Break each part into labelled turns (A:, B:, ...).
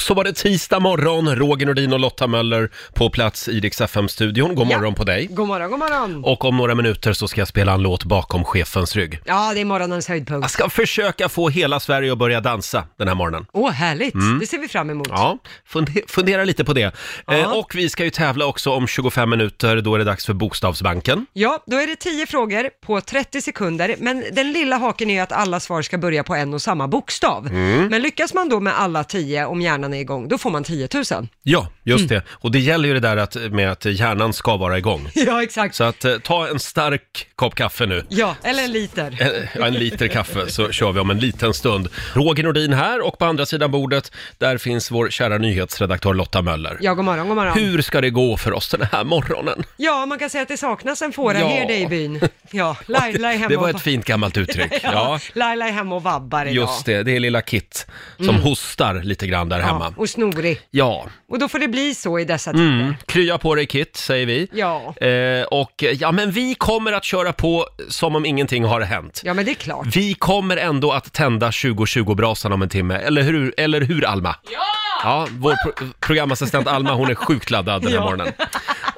A: Så var det tisdag morgon, Roger Nordin och Lotta Möller på plats i Rix FM-studion. God
B: Ja.
A: morgon på dig.
B: God morgon, god morgon.
A: Och om några minuter så ska jag spela en låt bakom chefens rygg.
B: Ja, det är morgonens höjdpunkt.
A: Jag ska försöka få hela Sverige att börja dansa den här morgonen.
B: Åh, härligt. Det ser vi fram emot.
A: Mm. Ja, funde- fundera lite på det. Eh, och vi ska ju tävla också om 25 minuter, då är det dags för Bokstavsbanken.
B: Ja, då är det 10 frågor på 30 sekunder, men den lilla haken är ju att alla svar ska börja på en och samma bokstav.
A: Mm.
B: Men lyckas man då med alla 10, om hjärnan är igång, då får man 10 000.
A: Ja, just det. Och det gäller ju det där att, med att hjärnan ska vara igång.
B: Ja, exakt.
A: Så att eh, ta en stark kopp kaffe nu.
B: Ja, eller en liter.
A: Eh, ja, en liter kaffe så kör vi om en liten stund. Roger Nordin här och på andra sidan bordet där finns vår kära nyhetsredaktör Lotta Möller.
B: Ja, god morgon, god morgon.
A: Hur ska det gå för oss den här morgonen?
B: Ja, man kan säga att det saknas en
A: Ja.
B: fåraherde i byn. Ja, Laila är hemma
A: Det var
B: och-
A: ett fint gammalt uttryck. Ja,
B: Ja, Laila är hemma och vabbar idag.
A: just det. Det är lilla Kit som hostar lite grann där hemma.
B: Mm. Ja, och snorig.
A: Ja,
B: Och då får det bli så i dessa tider.
A: mm. krya på dig Kit, säger vi.
B: Ja.
A: Eh, och eh, ja, men vi kommer att köra på som om ingenting har hänt.
B: Ja, men det är klart.
A: Vi kommer ändå att tända 2020-brasan om en timme, eller hur, eller hur Alma? Ja! Ja, vår pro- programassistent Alma, hon är sjukt laddad den här
B: Ja.
A: morgonen.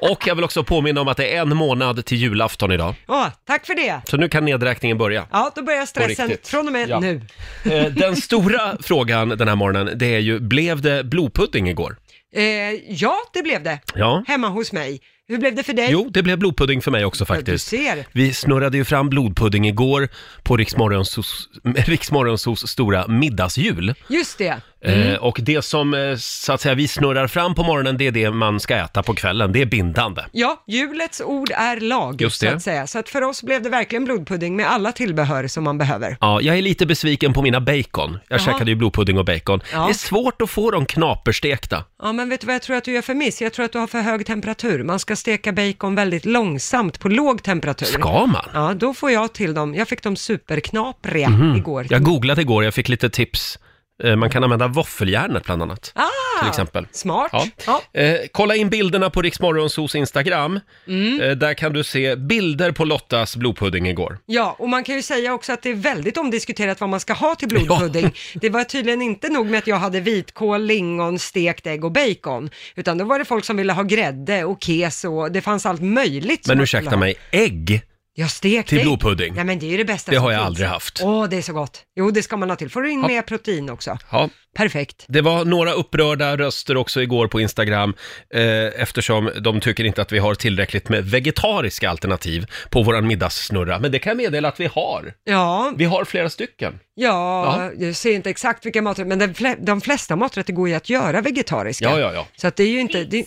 A: Och jag vill också påminna om att det är en månad till julafton idag,
B: Åh, tack för det.
A: så nu kan nedräkningen börja.
B: Ja, då börjar stressen
A: riktigt.
B: från och med
A: Ja.
B: nu.
A: Eh, Den stora frågan den här morgonen, det är ju, blev det blodpudding igår?
B: Eh, ja, det blev det.
A: Ja.
B: Hemma hos mig. Hur blev det för dig?
A: Jo, det blev blodpudding för mig också
B: Du
A: faktiskt.
B: ser.
A: Vi snurrade ju fram blodpudding igår på Riksmorgonsos, Riksmorgonsos stora middagshjul.
B: Just det.
A: Eh, och det som eh, så att säga, vi snurrar fram på morgonen, det är det man ska äta på kvällen. Det är bindande.
B: Ja, julets ord är lag,
A: Just det.
B: så att säga. Så att för oss blev det verkligen blodpudding med alla tillbehör som man behöver.
A: Ja, jag är lite besviken på mina bacon. Jag
B: Jaha.
A: käkade ju blodpudding och bacon.
B: Ja.
A: Det är svårt att få dem knaperstekta.
B: Ja, men vet du vad jag tror att du gör för miss? Jag tror att du har för hög temperatur. Man ska steka bacon väldigt långsamt på låg temperatur.
A: Ska man?
B: Ja, då får jag till dem. Jag fick dem superknapriga igår.
A: Mhm. Jag googlade igår, jag fick lite tips. Eh, man kan använda våffeljärnet bland annat.
B: ah,
A: Till exempel.
B: Smart.
A: Ja.
B: Ja.
A: Eh, kolla in bilderna på Riksmorgonsos Instagram.
B: Mm.
A: Eh, där kan du se bilder på Lottas blodpudding igår.
B: Ja, och man kan ju säga också att det är väldigt omdiskuterat vad man ska ha till blodpudding. Det var tydligen inte nog med att jag hade vitkål, lingon, stekt ägg och bacon, utan då var det folk som ville ha grädde och keso, och det fanns allt möjligt. som
A: Men
B: man skulle
A: ursäkta
B: ha.
A: mig, ägg
B: Jag stekt
A: till
B: ägg.
A: blodpudding?
B: Nej men det är ju det bästa
A: Det
B: som
A: har jag
B: finns.
A: aldrig haft.
B: Åh, det är så gott. Jo, det ska man ha till. Får du in mer protein också.
A: Ja,
B: Perfekt.
A: Det var några upprörda röster också igår på Instagram eh, eftersom de tycker inte att vi har tillräckligt med vegetariska alternativ på våran middagssnurra. Men det kan jag meddela att vi har.
B: Ja,
A: Vi har flera stycken.
B: ja,
A: Ja.
B: jag ser inte exakt vilka maträtter, men de, fle- de flesta maträtter går ju att göra vegetariska.
A: Ja, ja, ja.
B: Så att det är ju inte, det,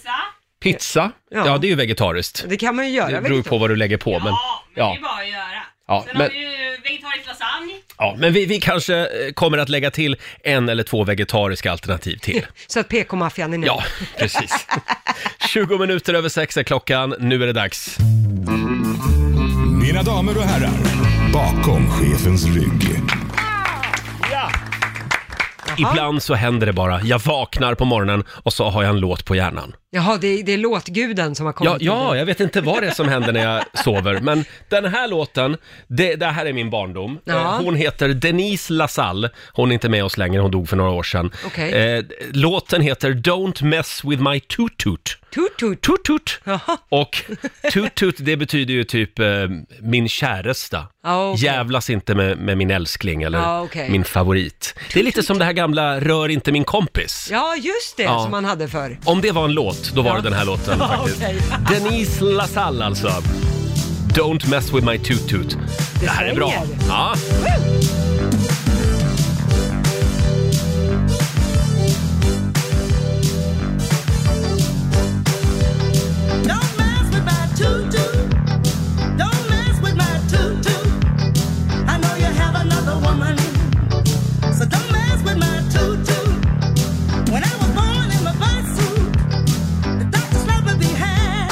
A: Pizza, ja,
B: Ja.
A: det är ju vegetariskt.
B: det kan man ju göra
A: Det beror ju på vad du lägger på. Men,
C: Ja, men det
A: ja,
C: är bara att göra.
A: Ja,
C: Sen
A: men-
C: har vi ju vegetarisk lasagne.
A: ja, men vi, vi kanske eh, kommer att lägga till en eller två vegetariska alternativ till.
B: Så att PK-maffian är nöjd.
A: Ja, precis. 20 minuter över sex är klockan. Nu är det dags.
D: Mina damer och herrar, bakom chefens rygg.
A: Ibland så händer det bara. Jag vaknar på morgonen och så har jag en låt på hjärnan.
B: Jaha, det, det är låtguden som har kommit
A: Ja, ja, jag vet inte vad det är som händer när jag sover, men den här låten, det, det här är min barndom.
B: Ja.
A: Eh, Hon heter Denise LaSalle, hon är inte med oss längre, hon dog för några år sedan.
B: Okej.
A: Eh, låten heter Don't mess with my toot-toot.
B: Tut, tut.
A: Toot-toot!
B: Jaha.
A: Och toot-toot, det betyder ju typ eh, min käresta.
B: Ja, Ah, okej.
A: Jävlas inte med, med min älskling eller
B: Ja, okej.
A: min favorit. Det är lite som det här gamla Rör inte min kompis.
B: Ja, just det
A: Ja.
B: som man hade förr.
A: Om det var en låt, då var det den här låten
B: Ja,
A: faktiskt.
B: okej.
A: Denise LaSalle alltså. Don't mess with my toot-toot. Det, här är bra.
B: svänger.
A: Ja.
E: Don't mess with my tutu. Don't mess with my tutu. I know you have another woman. So don't mess with my tutu. When I was born in my bodysuit, the doctor slapped me behind.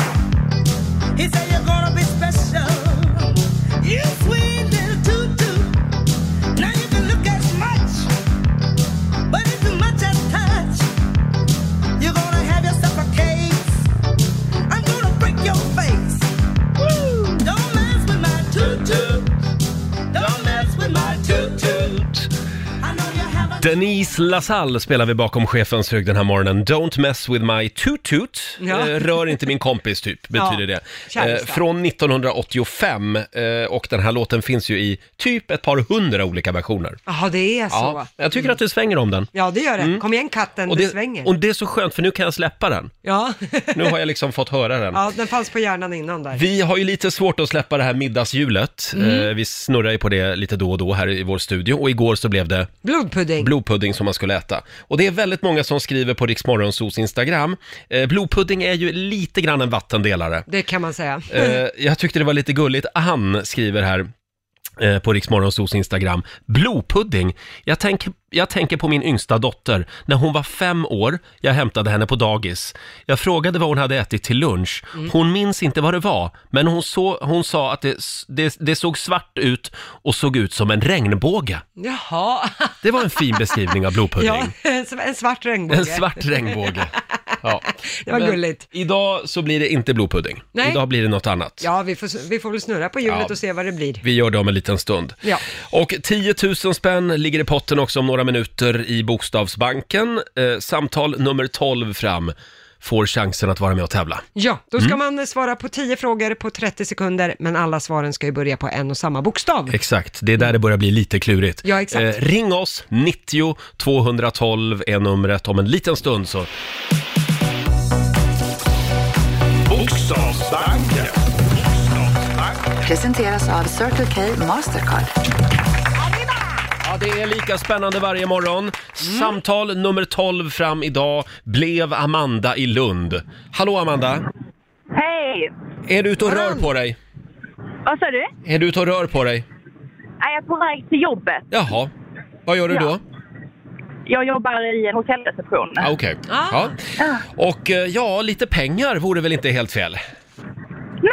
E: He said, You're gonna be special. You sweet little tutu.
A: Denise LaSalle spelar vi bakom chefens rygg den här morgonen. Don't mess with my toot-toot.
B: Ja.
A: Eh, rör inte min kompis typ, betyder
B: Ja,
A: det. Eh,
B: kärleksfall.
A: från 1985 eh, och den här låten finns ju i typ ett par hundra olika versioner.
B: Jaha, det är så.
A: Ja,
B: Ja,
A: jag tycker att du svänger om den.
B: det gör det. Kom igen katten,
A: Och
B: det,
A: det,
B: svänger.
A: och det är så skönt för nu kan jag släppa den.
B: Ja.
A: Nu har jag liksom fått höra den.
B: ja, den fanns på hjärnan innan där.
A: Vi har ju lite svårt att släppa det här middagshjulet. Eh, vi snurrar ju på det lite då och då här i vår studio och igår så blev det
B: Blodpudding.
A: blodpudding som man skulle äta. Och det är väldigt många som skriver på Riksmorgonsos Instagram. Eh, blodpudding är ju lite grann en vattendelare.
B: det kan man säga.
A: Eh, jag tyckte det var lite gulligt. Ann skriver här eh, på Riksmorgonsos Instagram. Blodpudding. Jag, tänk, jag tänker på min yngsta dotter. När hon var fem år, jag hämtade henne på dagis. Jag frågade vad hon hade ätit till lunch.
B: Mm.
A: Hon minns inte vad det var, men hon, så, hon sa att det, s- det, det såg svart ut och såg ut som en regnbåge.
B: Jaha.
A: Det var en fin beskrivning av blodpudding.
B: Ja, en svart regnbåge.
A: En svart regnbåge. Ja.
B: Det var
A: Men
B: gulligt.
A: Idag så blir det inte blodpudding.
B: Nej.
A: Idag blir det något annat.
B: Ja, vi får, vi får väl snurra på hjulet
A: Ja.
B: och se vad det blir.
A: Vi gör det om en liten stund.
B: Ja.
A: Och 10 000 spänn ligger i potten också om några minuter i Bokstavsbanken. Eh, samtal nummer 12 fram får chansen att vara med och tävla.
B: Ja, då ska
A: Mm.
B: man svara på 10 frågor på 30 sekunder, men alla svaren ska ju börja på en och samma bokstav.
A: Exakt, det är där det börjar bli lite klurigt. Eh,
B: Ja, exakt.
A: ring oss, 90 212 är numret. Om en liten stund så
D: Bokstavsbanken.
F: Presenteras av Circle K Mastercard.
A: Ja, det är lika spännande varje morgon.
B: Mm.
A: Samtal nummer 12 fram idag blev Amanda i Lund. Hallå Amanda!
G: Hej!
A: Är du ute och rör på dig?
G: Vad sa du?
A: Är du ute och rör på dig?
G: Jag är på väg till jobbet.
A: Jaha. Vad gör du
G: Ja.
A: då?
G: Jag jobbar i en hotellreception.
A: Ah, Okej.
B: Ah.
A: Ja. Och eh, ja, lite pengar vore väl inte helt fel?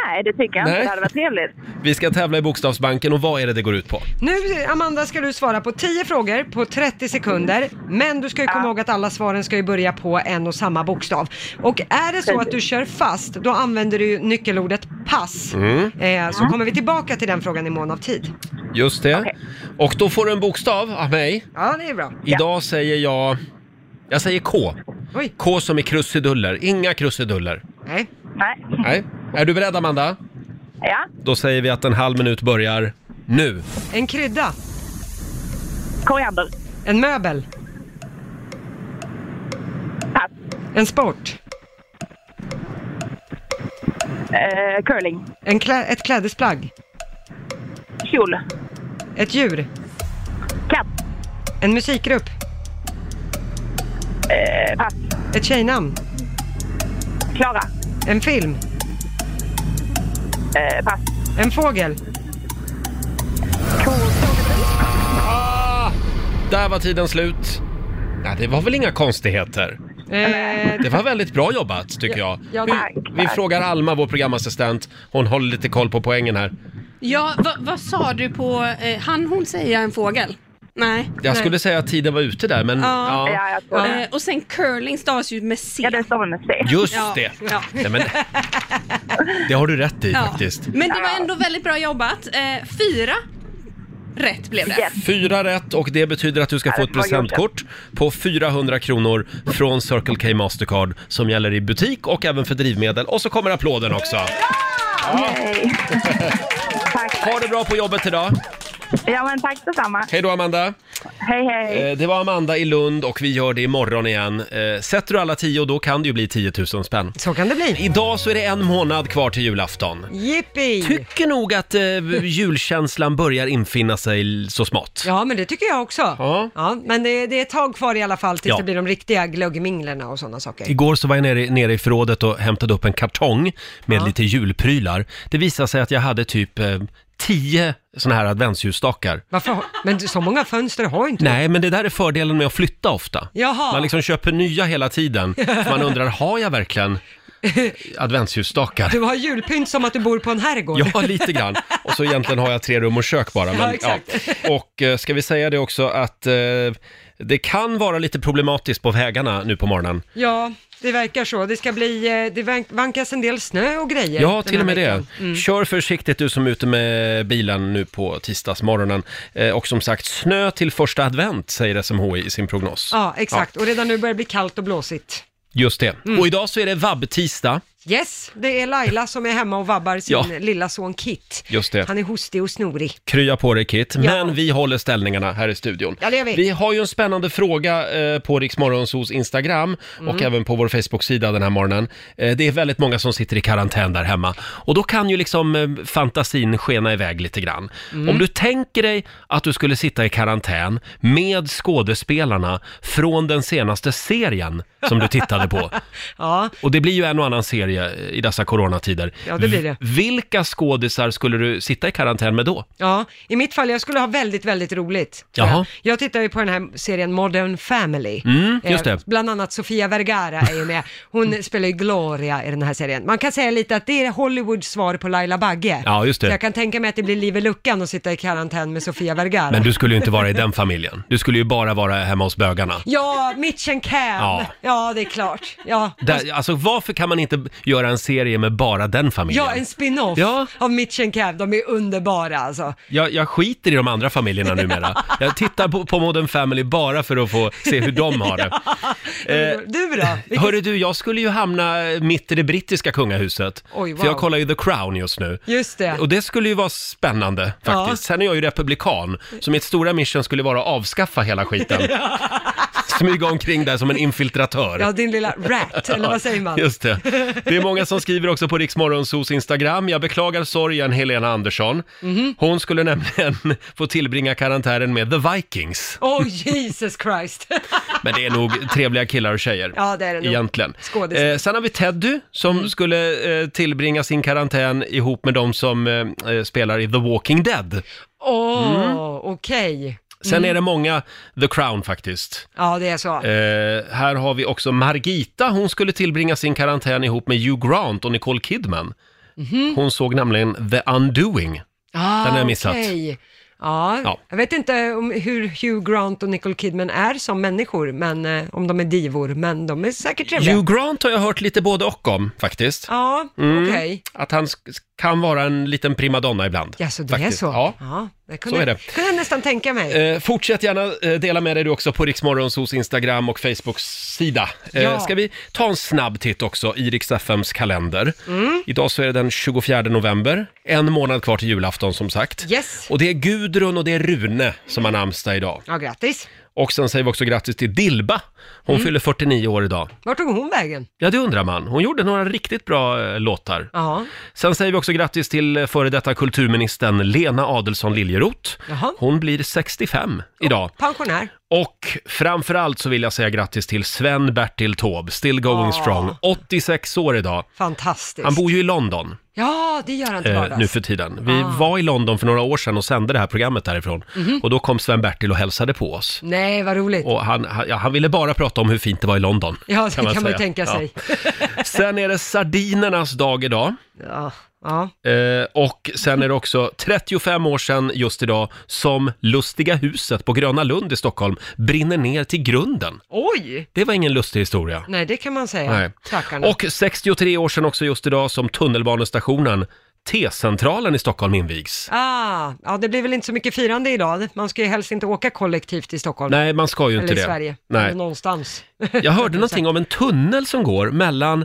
G: Nej, det tycker jag
A: Nej.
G: inte. Det hade varit trevligt.
A: Vi ska tävla i Bokstavsbanken och vad är det det går ut på?
B: Nu, Amanda, ska du svara på 10 frågor på 30 sekunder, men du ska ju komma ihåg att alla svaren ska ju börja på en och samma bokstav. Och är det så att du kör fast, då använder du ju nyckelordet pass. Eh, så kommer vi tillbaka till den frågan i mån av tid.
A: Just det. Och då får du en bokstav av mig.
B: Ja, det är bra.
A: Idag säger jag... Jag säger K.
B: Oj,
A: K som i krusiduller. Inga krusiduller.
B: nej.
G: Nej.
A: Nej. Är du beredd Amanda?
G: Ja.
A: Då säger vi att en halv minut börjar nu.
B: En krydda,
G: Koriander.
B: en möbel,
G: Pass.
B: en sport,
G: Eh, curling.
B: en klä, ett klädesplagg,
G: Kjol.
B: ett djur,
G: Katt.
B: en musikgrupp,
G: Eh, pass.
B: ett tjejnamn,
G: Klara.
B: en film,
G: Eh, pass.
B: en fågel.
A: Ah, där var tiden slut. Nej, det var väl inga konstigheter.
B: Eh,
A: Det var väldigt bra jobbat, tycker jag.
B: ja, tack,
A: vi, vi frågar Alma, vår programassistent. Hon håller lite koll på poängen här.
H: Ja, vad, vad sa du på... Eh, han hon säga en fågel? Nej.
A: Jag
H: nej.
A: skulle säga att tiden var ute där, men...
H: Ja.
A: ja.
G: Ja, jag tror det.
H: Eh, och sen curling stavas ju med C.
G: Ja, det står med C.
A: Just
H: Ja,
A: det!
H: ja.
A: Nej, men, det har du rätt i faktiskt.
H: Men det var ändå väldigt bra jobbat. Eh, fyra rätt blev det.
G: Yes.
A: Fyra rätt och det betyder att du ska få ett
G: det var
A: presentkort på 400 kronor från Circle K Mastercard som gäller i butik och även för drivmedel. Och så kommer applåden också.
G: Yay. tack.
A: Ha det bra på jobbet idag.
G: Ja, men tack detsamma.
A: Hej då Amanda.
G: Hej, hej.
A: Eh, Det var Amanda i Lund och vi gör det imorgon igen. Eh, Sätter du alla tio då kan det ju bli 10 000 spänn.
B: så kan det bli.
A: Idag så är det en månad kvar till julafton.
B: Jippi!
A: Tycker nog att eh, julkänslan börjar infinna sig l- så smått.
B: Ja, men det tycker jag också.
A: Ja.
B: men det, det är ett tag kvar i alla fall tills
A: Ja.
B: det blir de riktiga glöggminglerna och sådana saker.
A: Igår så var jag nere, i- nere i förrådet och hämtade upp en kartong med lite julprylar. Det visade sig att jag hade typ eh, tio såna här adventsljusstakar.
B: Varför? har- Men du, så många fönster har ju inte du.
A: Nej, liksom- men det där är fördelen med att flytta ofta.
B: Jaha.
A: Man liksom köper nya hela tiden. Man undrar, har jag verkligen adventsljusstakar.
B: Du har julpynt som att du bor på en herrgård.
A: Ja, lite grann. Och så egentligen har jag tre rum och kök bara.
B: Ja,
A: Men, ja,
B: exakt.
A: Och eh, ska vi säga det också att eh, det kan vara lite problematiskt på vägarna nu på morgonen.
B: Ja, det verkar så. Det ska bli, eh, det vank- vankas en del snö och grejer.
A: Ja,
B: den
A: till
B: här
A: och med det.
B: veckan. Mm.
A: Kör försiktigt du som är ute med bilen nu på tisdagsmorgonen. Eh, Och som sagt, snö till första advent säger SMHI i sin prognos.
B: Ja, exakt. Och redan nu börjar det bli kallt och blåsigt.
A: Just det.
B: Mm.
A: Och idag så är det vabb-tisdag.
B: Yes, det är Laila som är hemma och vabbar sin
A: Ja.
B: lilla son Kit.
A: Just det.
B: Han är hostig och snorig.
A: Krya på dig Kit, men vi håller ställningarna här i studion.
B: Ja, det gör vi.
A: har ju en spännande fråga eh, på Riksmorgonsos Instagram
B: Mm.
A: och även på vår Facebook-sida den här morgonen. Eh, det är väldigt många som sitter i karantän där hemma och då kan ju liksom eh, fantasin skena iväg lite grann.
B: Mm.
A: Om du tänker dig att du skulle sitta i karantän med skådespelarna från den senaste serien som du tittade på.
B: Ja,
A: Och det blir ju en och annan serie eh, i dessa coronatider.
B: Ja, det blir det.
A: V- Vilka skådisar skulle du sitta i karantän med då?
B: ja, i mitt fall, jag skulle ha väldigt, väldigt roligt. tror
A: Jaha.
B: Jag. jag tittar ju på den här serien Modern Family.
A: Mm, just
B: Eh,
A: det. Mm.
B: Bland annat Sofia Vergara är ju med. Hon spelar ju Gloria i den här serien. Man kan säga lite att det är Hollywoods svar på Laila Bagge.
A: Ja, just det.
B: Så jag kan tänka mig att det blir liv i luckan att sitta i karantän med Sofia Vergara.
A: Men du skulle ju inte vara i den familjen. Du skulle ju bara vara hemma hos bögarna.
B: Ja, Mitch and Cam.
A: Ja.
B: Ja. det är klart. Ja,
A: Där, alltså varför kan man inte göra en serie med bara den familjen?
B: ja en spin-off
A: Ja.
B: av Mitch and Cam. De är underbara alltså.
A: jag, jag skiter i de andra familjerna numera. Jag tittar på, på Modern Family bara för att få se hur de har det. Eh,
B: Du då? Vilket-
A: Hörru du, jag skulle ju hamna mitt i det brittiska kungahuset.
B: Oj, wow.
A: För jag kollar ju The Crown just nu.
B: Just det.
A: Och det skulle ju vara spännande faktiskt. Sen är jag ju republikan, så mitt stora mission skulle vara att avskaffa hela skiten. Smyga omkring där som en infiltratör.
B: Ja, din lilla rat, eller vad säger man?
A: Just det. Det är många som skriver också på Riksmorgonsos Instagram. Jag beklagar sorgen Helena Andersson.
B: Mhm.
A: Hon skulle nämligen få tillbringa karantänen med The Vikings.
B: Åh, oh, Jesus Christ.
A: Men det är nog trevliga killar och tjejer.
B: Ja, det är det nog.
A: Egentligen.
B: Skådis. Mm.
A: Eh, sen har vi Teddy som skulle eh, tillbringa sin karantän ihop med de som eh, eh, spelar i The Walking Dead.
B: Åh,
A: Mm.
B: okej.
A: Sen
B: Mm.
A: är det många The Crown faktiskt.
B: Ja, det är så.
A: Eh, här har vi också Margita. Hon skulle tillbringa sin karantän ihop med Hugh Grant och Nicole Kidman.
B: Mhm.
A: Hon såg nämligen The Undoing.
B: ah,
A: den har jag missat.
B: okej. Ja,
A: Ja.
B: jag vet inte om hur Hugh Grant och Nicole Kidman är som människor, men eh, om de är divor, men de är säkert trevliga.
A: Hugh Grant har jag hört lite både och om faktiskt.
B: Ja,
A: Mm.
B: okej.
A: Att han sk- kan vara en liten primadonna ibland.
B: Ja, så det
A: faktiskt.
B: är så?
A: Ja.
B: det kunde,
A: Så är det.
B: kunde jag nästan tänka mig.
A: Eh, fortsätt gärna eh, dela med dig du också på Riksmorgonsos Instagram och Facebook-sida. Eh,
B: Ja.
A: Ska vi ta en snabb titt också i Rix FMs kalender?
B: Mm.
A: Idag så är det den 24 november, en månad kvar till julafton som sagt.
B: Yes.
A: Och det är Gudrun och det är Rune som har namnsdag idag.
B: Ja, grattis.
A: Och sen säger vi också grattis till Dilba, hon
B: Mm.
A: fyller 49 år idag.
B: Vart tog hon vägen?
A: Ja, det undrar man. Hon gjorde några riktigt bra eh, låtar.
B: Ja,
A: Sen säger vi också grattis till eh, före detta kulturministern Lena Adelsohn Liljeroth.
B: Jaha.
A: Hon blir 65 idag.
B: pensionär.
A: Och framförallt så vill jag säga grattis till Sven-Bertil Taube, still going
B: Ja.
A: strong, 86 år idag.
B: Fantastiskt.
A: Han bor ju i London
B: Ja, det gör han till
A: eh,
B: vardags.
A: nu för tiden. Vi
B: Ah.
A: var i London för några år sedan och sände det här programmet därifrån.
B: Mhm.
A: Och då kom Sven-Bertil och hälsade på oss.
B: Nej, vad roligt.
A: Och han, han, ja, han ville bara prata om hur fint det var i London.
B: ja, det kan man,
A: säga.
B: ju tänka sig.
A: Ja. Sen är det sardinernas dag idag.
B: Ja. Ja.
A: Eh, och sen är det också 35 år sedan just idag som Lustiga huset på Gröna Lund i Stockholm brinner ner till grunden.
B: Oj!
A: Det var ingen lustig historia.
B: Nej, det kan man säga.
A: Nej.
B: Stackarna.
A: Och 63 år sedan också just idag som tunnelbanestationen T-centralen i Stockholm invigs.
B: Ah, ja, det blir väl inte så mycket firande idag. Man ska ju helst inte åka kollektivt i Stockholm.
A: Nej, man ska ju
B: eller
A: inte
B: i
A: det.
B: Sverige. Eller
A: Nej.
B: någonstans.
A: Jag hörde någonting om en tunnel som går mellan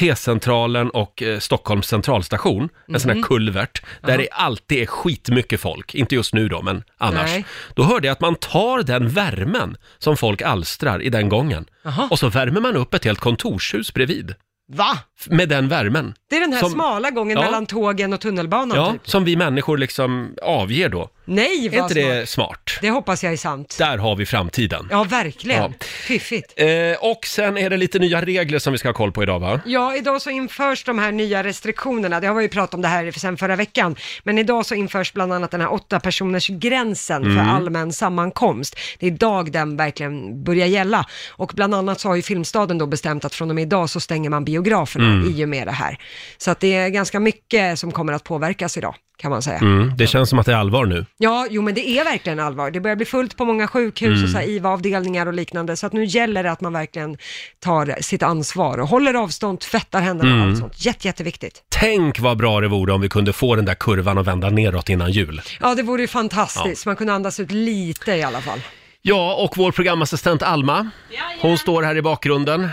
A: T-centralen och eh, Stockholms centralstation, en sån
B: Mhm.
A: här kulvert, där det alltid är skitmycket folk. Inte just nu då, men annars.
B: Nej.
A: Då hörde jag att man tar den värmen som folk alstrar i den gången
B: Jaha.
A: och så värmer man upp ett helt kontorshus bredvid.
B: Va?
A: F- Med den värmen.
B: Det är den här
A: Som-
B: smala gången
A: Ja.
B: mellan tågen och tunnelbanan
A: Ja,
B: typ.
A: som vi människor liksom avger då.
B: Nej,
A: Är
B: vad
A: inte det smart?
B: Det hoppas jag är sant.
A: Där har vi framtiden.
B: Ja, verkligen.
A: Ja.
B: Fiffigt.
A: Eh, och sen är det lite nya regler som vi ska ha koll på idag va?
B: Ja, idag så införs de här nya restriktionerna. Det har vi ju pratat om det här sen förra veckan. Men idag så införs bland annat den här åtta personers gränsen för allmän sammankomst. Det är idag den verkligen börjar gälla. Och bland annat så har ju Filmstaden då bestämt att från och med idag så stänger man biograferna i och med det här. Så att det är ganska mycket som kommer att påverkas idag, kan man säga.
A: Mm, det känns som att det är allvar nu.
B: Ja, jo men det är verkligen allvar. Det börjar bli fullt på många sjukhus och så här IVA-avdelningar och liknande. Så att nu gäller det att man verkligen tar sitt ansvar och håller avstånd, tvättar händerna och allt sånt. Jätte, jätteviktigt.
A: Tänk vad bra det vore om vi kunde få den där kurvan att vända neråt innan jul.
B: Ja, det vore ju fantastiskt. Man kunde andas ut lite i alla fall.
A: Ja, och vår programassistent Alma,
C: Jajamän.
A: hon står här i bakgrunden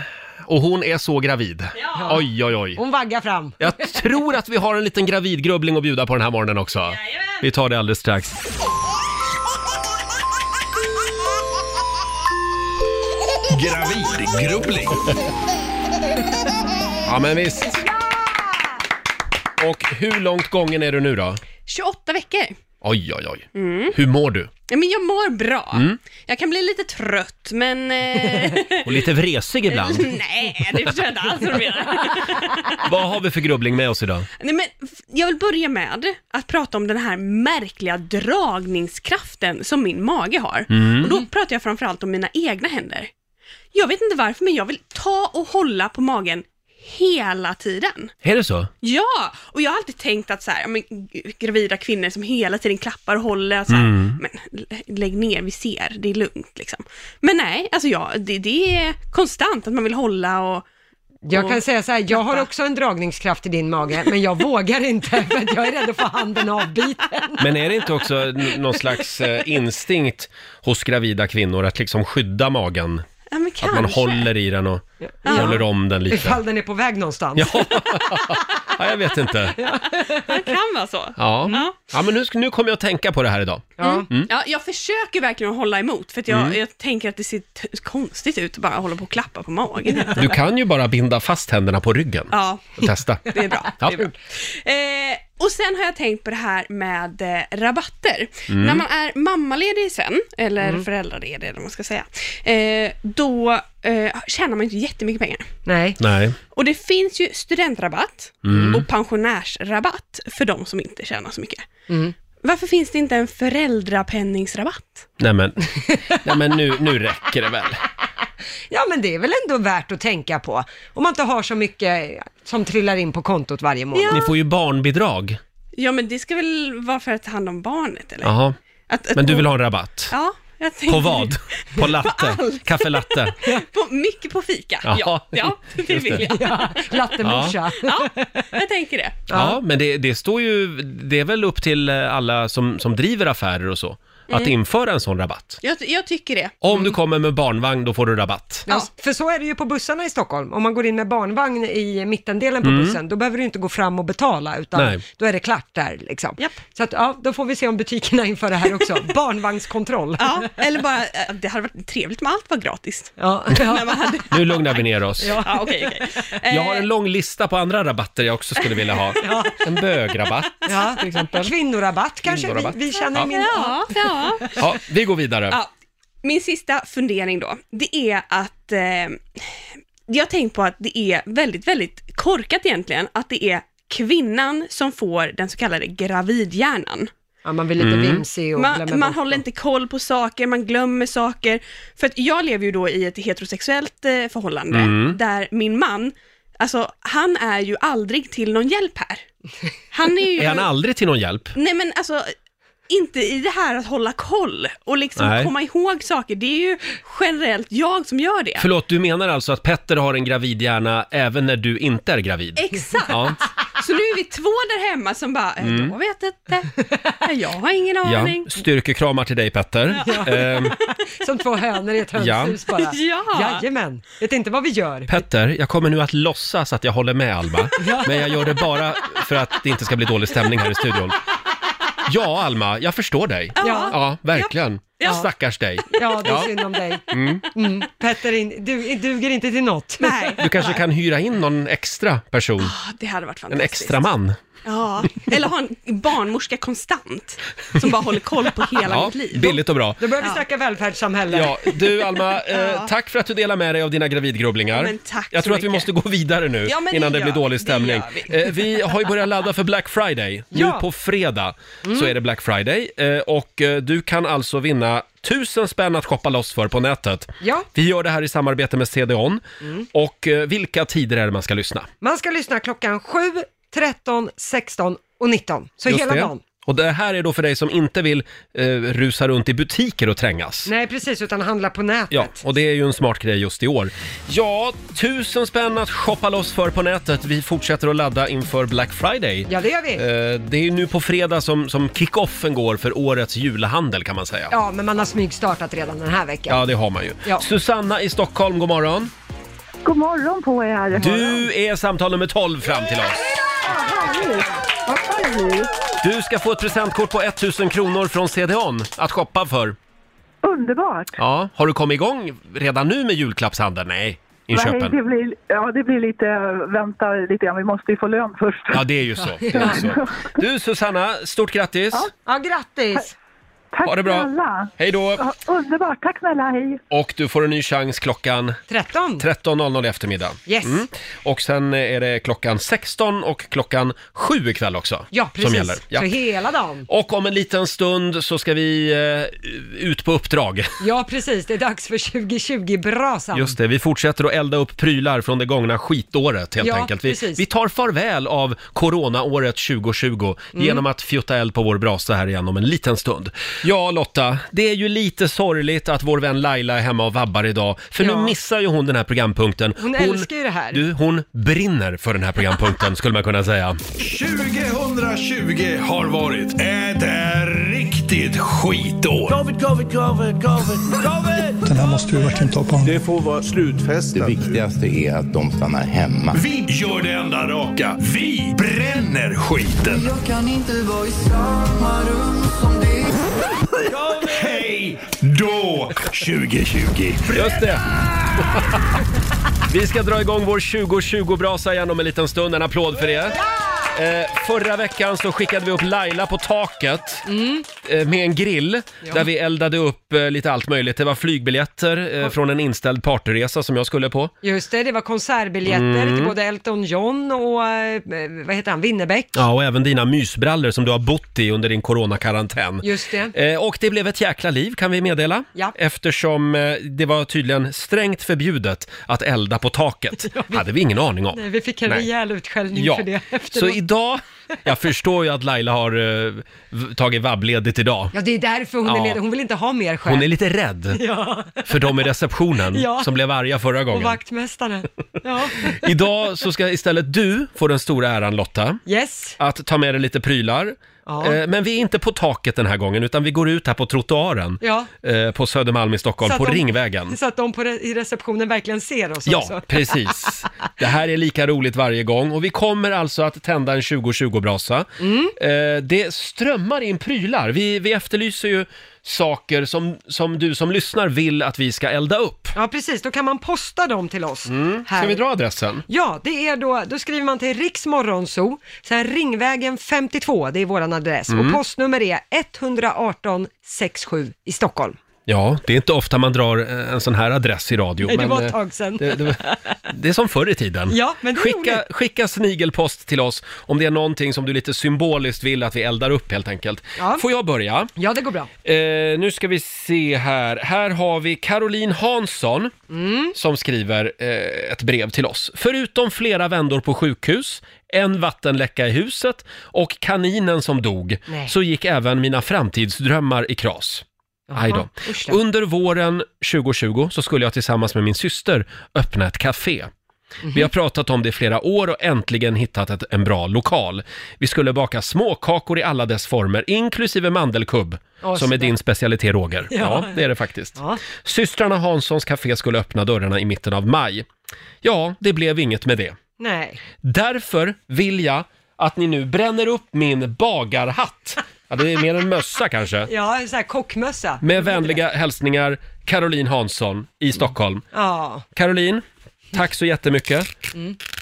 A: och hon är så gravid.
C: Ja.
A: Oj, oj, oj.
B: Hon vaggar fram.
A: Jag tror att vi har en liten gravidgrubbling att bjuda på den här morgonen också. Vi tar det alldeles strax.
D: Gravidgrubbling.
A: Ja, men visst. Och hur långt gången är du nu då?
H: 28 veckor.
A: Oj, oj, oj.
C: Mm.
A: Hur mår du?
H: Ja, Men jag mår bra. Jag kan bli lite trött, men... Eh,
A: Och lite vresig ibland.
H: nej, det förstår jag inte alls vad du menar.
A: Vad har vi för grubbling med oss idag?
H: Nej, men f- jag vill börja med att prata om den här märkliga dragningskraften som min mage har.
A: Mm.
H: Och då pratar jag framförallt om mina egna händer. Jag vet inte varför, men jag vill ta och hålla på magen hela tiden.
A: Är det så?
H: Ja, och jag har alltid tänkt att så här, ja, men, g- gravida kvinnor som hela tiden klappar och håller, så här,
A: Mm.
H: men lä- lägg ner, vi ser, det är lugnt liksom. Men nej, alltså ja, det, det är konstant att man vill hålla och
B: Jag kan
H: Och
B: säga så här, jag har
H: knappa.
B: också en dragningskraft i din mage, men jag vågar inte för att jag är rädd att få handen avbiten.
A: Men är det inte också n- någon slags eh, instinkt hos gravida kvinnor att liksom skydda magen?
H: ja, men
A: Att
H: kanske.
A: man håller i den och håller om den lite?
B: Ifall den är på väg någonstans.
A: Ja, jag vet inte.
H: Det kan vara så.
A: Ja,
H: Ja.
A: ja men nu, sk- nu kommer jag att tänka på det här idag.
B: Ja.
H: Ja, jag försöker verkligen att hålla emot, för att jag, jag tänker att det ser t- konstigt ut att bara hålla på och klappa på magen.
A: Du kan ju bara binda fast händerna på ryggen.
H: Ja,
A: Och testa.
H: det är bra.
A: Ja.
H: Eh, och sen har jag tänkt på det här med eh, rabatter. När man är mammaledig sen, eller föräldraledig eller vad man ska säga, eh, då eh, tjänar man inte jättemycket pengar.
B: Nej.
A: Nej.
H: Och det finns ju studentrabatt och pensionärsrabatt för de som inte tjänar så mycket. Varför finns det inte en föräldrapenningsrabatt?
A: Nej men, nej, men nu, nu räcker det väl.
B: Ja, men det är väl ändå värt att tänka på. Om man inte har så mycket som trillar in på kontot varje månad.
A: Ni får ju barnbidrag.
H: Ja, men det ska väl vara för att ta hand om barnet, eller?
A: Jaha.
H: Att, att
A: Men du vill ha en rabatt?
H: Ja, jag tänkte
A: På vad? På latte?
H: På allt.
A: Kaffe latte?
H: På, mycket på fika.
A: Ja,
H: Ja, ja det
A: just det.
H: vill jag. Ja.
B: Lattemorsa.
H: jag tänker det.
A: Ja, men det, det står ju, det är väl upp till eh, alla som, som driver affärer och så,
H: Mm.
A: att införa en sån rabatt.
H: Jag, jag tycker det.
A: Om du kommer med barnvagn, då får du rabatt.
B: Ja, för så är det ju på bussarna i Stockholm. Om man går in med barnvagn i mittendelen på bussen, då behöver du inte gå fram och betala, utan
A: Nej.
B: då är det klart där liksom.
H: Japp.
B: Så att, ja, då får vi se om butikerna inför det här också. Barnvagnskontroll.
H: Ja, eller bara, eh, det hade varit trevligt om allt var gratis.
B: Ja, ja.
H: När man hade...
A: Nu lugnar vi ner oss.
H: Ja, okej, okej.
A: Jag har en
H: Eh,
A: lång lista på andra rabatter jag också skulle vilja ha. En bögrabatt.
B: Ja, till exempel. Kvinnorabatt kanske
A: Kvinnorabatt.
B: Vi, vi känner
A: Ja.
B: min...
H: Eh, Ja, ja.
A: Ja, vi går vidare.
H: ja. Min sista fundering då, det är att eh, jag har tänkt på att det är väldigt, väldigt korkat egentligen att det är kvinnan som får den så kallade gravidhjärnan.
B: Ja, man blir lite vimsig och glömmer
H: Man, man
B: bort
H: håller
B: dem.
H: inte koll på saker, man glömmer saker. För att jag lever ju då i ett heterosexuellt eh, förhållande, där min man, alltså han är ju aldrig till någon hjälp här. Han är ju...
A: Är han aldrig till någon hjälp?
H: Nej men alltså, inte i det här att hålla koll och liksom
A: Nej.
H: komma ihåg saker. Det är ju generellt jag som gör det.
A: Förlåt, du menar alltså att Petter har en gravidhjärna även när du inte är gravid?
H: Exakt!
A: Ja.
H: Så nu är vi två där hemma som bara, eh, jag vet inte, Ja, jag har ingen
A: Mm. Ja,
H: aning.
A: styrkekramar till dig Petter. Ehm,
B: Som två hönor i ett hönshus bara.
H: Ja.
B: Jajamän. Vet inte vad vi gör.
A: Petter, jag kommer nu att låtsas att jag håller med Alma, men jag gör det bara för att det inte ska bli dålig stämning här i studion. Ja, Alma, jag förstår dig.
B: Ja.
A: Ja, verkligen.
H: Ja.
A: Stackars dig.
B: Ja, det är
A: Ja.
B: synd om dig. Mm. Petter, in, du duger inte till något.
H: Nej,
A: Du kanske kan hyra in någon extra person,
H: Ah, det hade varit
A: en
H: fantastiskt.
A: extra man.
H: Ja, eller ha en barnmorska konstant som bara håller koll på hela
A: Ja,
H: mitt liv.
A: billigt och bra.
B: Då börjar vi snacka välfärdssamhälle.
A: Ja, du Alma, eh,
H: Ja.
A: tack för att du delar med dig av dina gravidgrubblingar.
H: Ja, men tack
A: jag
H: så
A: tror att vi
H: mycket.
A: måste gå vidare nu
H: Ja, men det
A: innan det,
H: gör-
A: blir dålig
H: det
A: stämning.
H: gör
A: Vi. Eh, vi har ju börjat ladda för Black Friday. Nu
B: Ja.
A: på fredag
H: Mm.
A: så är det Black Friday eh, och eh, du kan alltså vinna tusen spänn att shoppa loss för på nätet.
B: Ja.
A: Vi gör det här i samarbete med CD-ON.
H: Mm.
A: Och eh, vilka tider är det man ska lyssna?
B: Man ska lyssna klockan 7, 13, 16 och 19. Så
A: Just
B: hela
A: det.
B: dagen.
A: Och det här är då för dig som inte vill eh, rusa runt i butiker och trängas.
B: Nej, precis, utan handla på nätet.
A: Ja, och det är ju en smart grej just i år. Ja, tusen spänn att shoppa loss för på nätet. Vi fortsätter att ladda inför Black Friday.
B: Ja, det gör vi.
A: Eh, Det är ju nu på fredag som, som kick-offen går för årets julhandel kan man säga.
B: Ja, men man har smygstartat redan den här veckan.
A: Ja, det har man ju.
B: Ja.
A: Susanna i Stockholm, god morgon.
G: God morgon på er.
A: Du är samtal nummer 12 fram till oss.
G: Vad sa ni?
A: Du ska få ett presentkort på 1000 kronor från CDON att shoppa för.
G: Underbart.
A: Ja, har du kommit igång redan nu med julklappshandeln? Nej,
G: Nej, det
A: inköpen.
G: blir, ja, det blir lite, eh, vänta lite grann, vi måste ju få lön först.
A: Ja, det är ju så. Det är ju så. Du Susanna, stort grattis!
B: Ja, grattis!
G: Tack
A: Ha det bra.
G: snälla.
A: Hej då!
G: Ja, underbart, tack snälla, hej.
A: Och du får en ny chans klockan
B: 13.
A: 13.00 i eftermiddag.
B: Yes.
A: Mm. Och sen är det klockan 16 och klockan 7 ikväll också.
B: Ja,
A: Som
B: precis.
A: gäller. Ja.
B: Så hela dagen.
A: Och om en liten stund så ska vi eh, ut på uppdrag.
B: Ja, precis. Det är dags för 2020-brasan.
A: Just det, vi fortsätter att elda upp prylar från det gångna skitåret helt
B: Ja,
A: enkelt. Vi,
B: precis.
A: vi tar farväl av coronaåret 2020
B: Mm.
A: genom att fjuta eld på vår brasa här igen om en liten stund. Ja, Lotta, det är ju lite sorgligt att vår vän Laila är hemma och vabbar idag, för
B: Ja.
A: nu missar ju hon den här programpunkten.
B: Hon älskar ju det här.
A: Du, hon brinner för den här programpunkten skulle man kunna säga.
D: 2020 har varit ett eh, riktigt skitår.
I: Den här måste vi verkligen ta på
J: Det får vara slutfesten. Det viktigaste är att de stannar hemma.
D: Vi gör det enda raka. Vi bränner skiten.
E: Jag kan inte vara i samma rum som dig.
D: Hej då 2020.
A: Just det! Vi ska dra igång vår 2020-brasa igen om en liten stund. En applåd för det. Eh, förra veckan så skickade vi upp Laila på taket eh, med en grill där vi eldade upp eh, lite allt möjligt. Det var flygbiljetter eh, från en inställd partyresa som jag skulle på.
B: Just det, det var konsertbiljetter
A: Mm.
B: till både Elton John och, eh, vad heter han, Winnerbäck.
A: Ja, och även dina mysbrallor som du har bott i under din coronakarantän.
B: Just det.
A: Eh, och det blev ett jäkla liv kan vi meddela.
B: Ja.
A: Eftersom eh, det var tydligen strängt förbjudet att elda på taket. Hade vi ingen aning om.
B: Nej, vi fick en
A: Eh, Nej.
B: rejäl utskällning
A: Ja,
B: för det
A: så
B: efteråt.
A: idag, jag förstår ju att Laila har eh, v- tagit vabbledigt idag.
B: Ja, det är därför hon
A: Ja.
B: är ledig. Hon vill inte ha mer skäl.
A: Hon är lite rädd
B: Ja,
A: för de i receptionen
B: Ja.
A: som blev arga förra
B: och
A: gången.
B: vaktmästaren. Ja.
A: Idag så ska istället du få den stora äran Lotta,
B: Yes.
A: att ta med dig lite prylar.
B: Ja.
A: Eh, Men vi är inte på taket den här gången utan vi går ut här på trottoaren
B: Ja.
A: eh, på Södermalm i Stockholm,
B: Så att
A: på
B: de-
A: Ringvägen.
B: Så att de på re- i receptionen verkligen ser oss också.
A: Ja, precis. Det här är lika roligt varje gång och vi kommer alltså att tända en 2020-brasa.
B: Mm.
A: Eh, det strömmar in prylar. Vi, vi efterlyser ju saker som, som du som lyssnar vill att vi ska elda upp.
B: Ja, precis. Då kan man posta dem till oss. Här.
A: Mm. Ska vi dra adressen?
B: Ja, det är då, då skriver man till Riksmorgonzoo, sen Ringvägen 52, det är våran adress,
A: Mm.
B: och postnummer är 118 67 i Stockholm.
A: Ja, det är inte ofta man drar eh, en sån här adress i radio.
B: Nej, det var
A: eh,
B: ett tag sedan.
A: Det, det, det är som förr i tiden.
B: Ja, men det är
A: skicka,
B: roligt.
A: skicka snigelpost till oss om det är någonting som du lite symboliskt vill att vi eldar upp helt enkelt.
B: Ja.
A: Får jag börja?
B: Ja, det går bra.
A: Eh, nu ska vi se här. Här har vi Caroline Hansson som skriver eh, ett brev till oss. Förutom flera vändor på sjukhus, en vattenläcka i huset och kaninen som dog
B: Nej.
A: så gick även mina framtidsdrömmar i kras. Aj då.
B: usch då.
A: Under våren 2020 så skulle jag tillsammans med min syster öppna ett café.
B: Mhm.
A: Vi har pratat om det i flera år och äntligen hittat ett, en bra lokal. Vi skulle baka småkakor i alla dess former, inklusive mandelkubb,
B: Åh,
A: som är
B: så bra.
A: din specialitet Roger. Ja, det är det faktiskt.
B: Ja.
A: Systrarna Hanssons café skulle öppna dörrarna i mitten av maj. Ja, det blev inget med det.
B: Nej.
A: Därför vill jag att ni nu bränner upp min bagarhatt. Ja, det är mer en mössa kanske.
B: Ja, så här kockmössa.
A: Med vänliga hälsningar Caroline Hansson i Stockholm.
B: Ja, Mm.
A: Caroline, tack så jättemycket.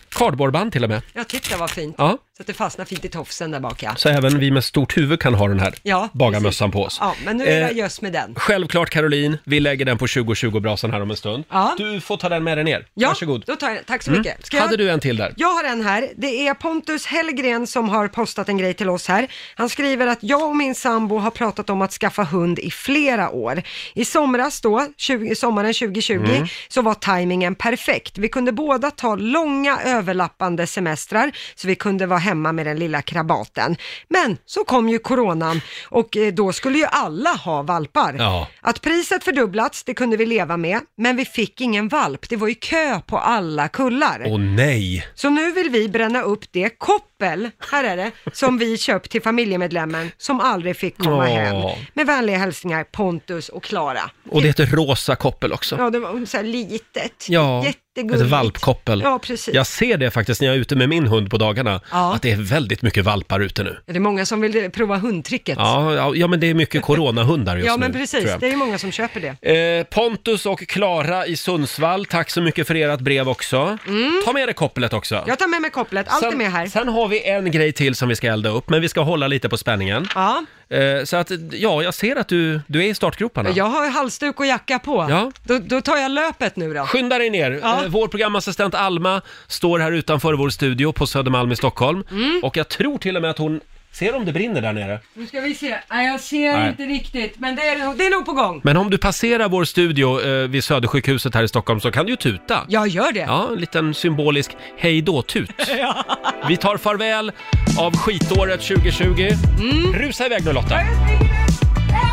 A: Cardboardband till och med.
B: jag tyckte det var fint.
A: Ja.
B: Så att det fastnar fint i tofsen där bak ja.
A: Så även vi med stort huvud kan ha den här
B: Ja,
A: bagarmössan på oss.
B: Ja, men nu är det
A: Eh,
B: just med den.
A: Självklart Caroline, vi lägger den på 2020-brasan här om en stund.
B: Ja.
A: Du får ta den med dig ner.
B: Ja,
A: Varsågod.
B: då tar jag den. Tack så
A: Mm.
B: mycket. Ska jag-
A: Hade du en till där?
B: Jag har en här. Det är Pontus Hellgren som har postat en grej till oss här. Han skriver att jag och min sambo har pratat om att skaffa hund i flera år. I somras då, 20, sommaren 2020,
K: Mm.
B: så var tajmingen perfekt. Vi kunde båda ta långa överlappande semestrar så vi kunde vara hemma med den lilla krabaten. Men så kom ju coronan och eh, då skulle ju alla ha valpar.
A: Ja.
B: Att priset fördubblats, det kunde vi leva med, men vi fick ingen valp. Det var ju kö på alla kullar.
A: Åh nej!
B: Så nu vill vi bränna upp det koppel, här är det, som vi köpt till familjemedlemmen som aldrig fick komma
A: Åh.
B: hem. Med vänliga hälsningar Pontus och Klara.
A: Och det är ett rosa koppel också.
B: Ja, det var så här litet.
A: Ja,
B: Jättegulligt.
A: ett valpkoppel.
B: Ja, precis.
A: Jag ser det faktiskt när jag är ute med min hund på dagarna,
B: Ja.
A: att det är väldigt mycket valpar ute nu.
B: Är det många som vill prova hundtricket?
A: Ja, ja, ja men det är mycket coronahundar just
B: ja
A: nu.
B: men precis.
A: tror jag.
B: Det är ju många som köper det.
A: Eh, Pontus och Klara i Sundsvall, tack så mycket för ert brev också. Ta med dig kopplet också.
B: Jag tar med mig kopplet. Mm. Allt
A: Sen-
B: är med här.
A: Sen har vi en grej till som vi ska elda upp, men vi ska hålla lite på spänningen.
B: Ja.
A: Eh, så att, ja, jag ser att du, du är i startgroparna.
B: Jag har halsduk och jacka på.
A: Ja.
B: Då, då tar jag löpet nu då.
A: Skynda dig ner.
B: Ja.
A: Eh, Vår programassistent Alma står här utanför vår studio på Södermalm i Stockholm.
B: Mm.
A: Och jag tror till och med att hon ser om det brinner där nere.
B: Nu ska vi se. Nej, jag ser
A: Nej.
B: inte riktigt, men det är, nog- det är nog på gång.
A: Men om du passerar vår studio eh, vid Södersjukhuset här i Stockholm så kan du ju tuta.
B: Jag gör det.
A: Ja, en liten symbolisk hej då-tut.
B: Ja.
A: Vi tar farväl av skitåret 2020.
B: Mm.
A: Rusa iväg nu Lotta.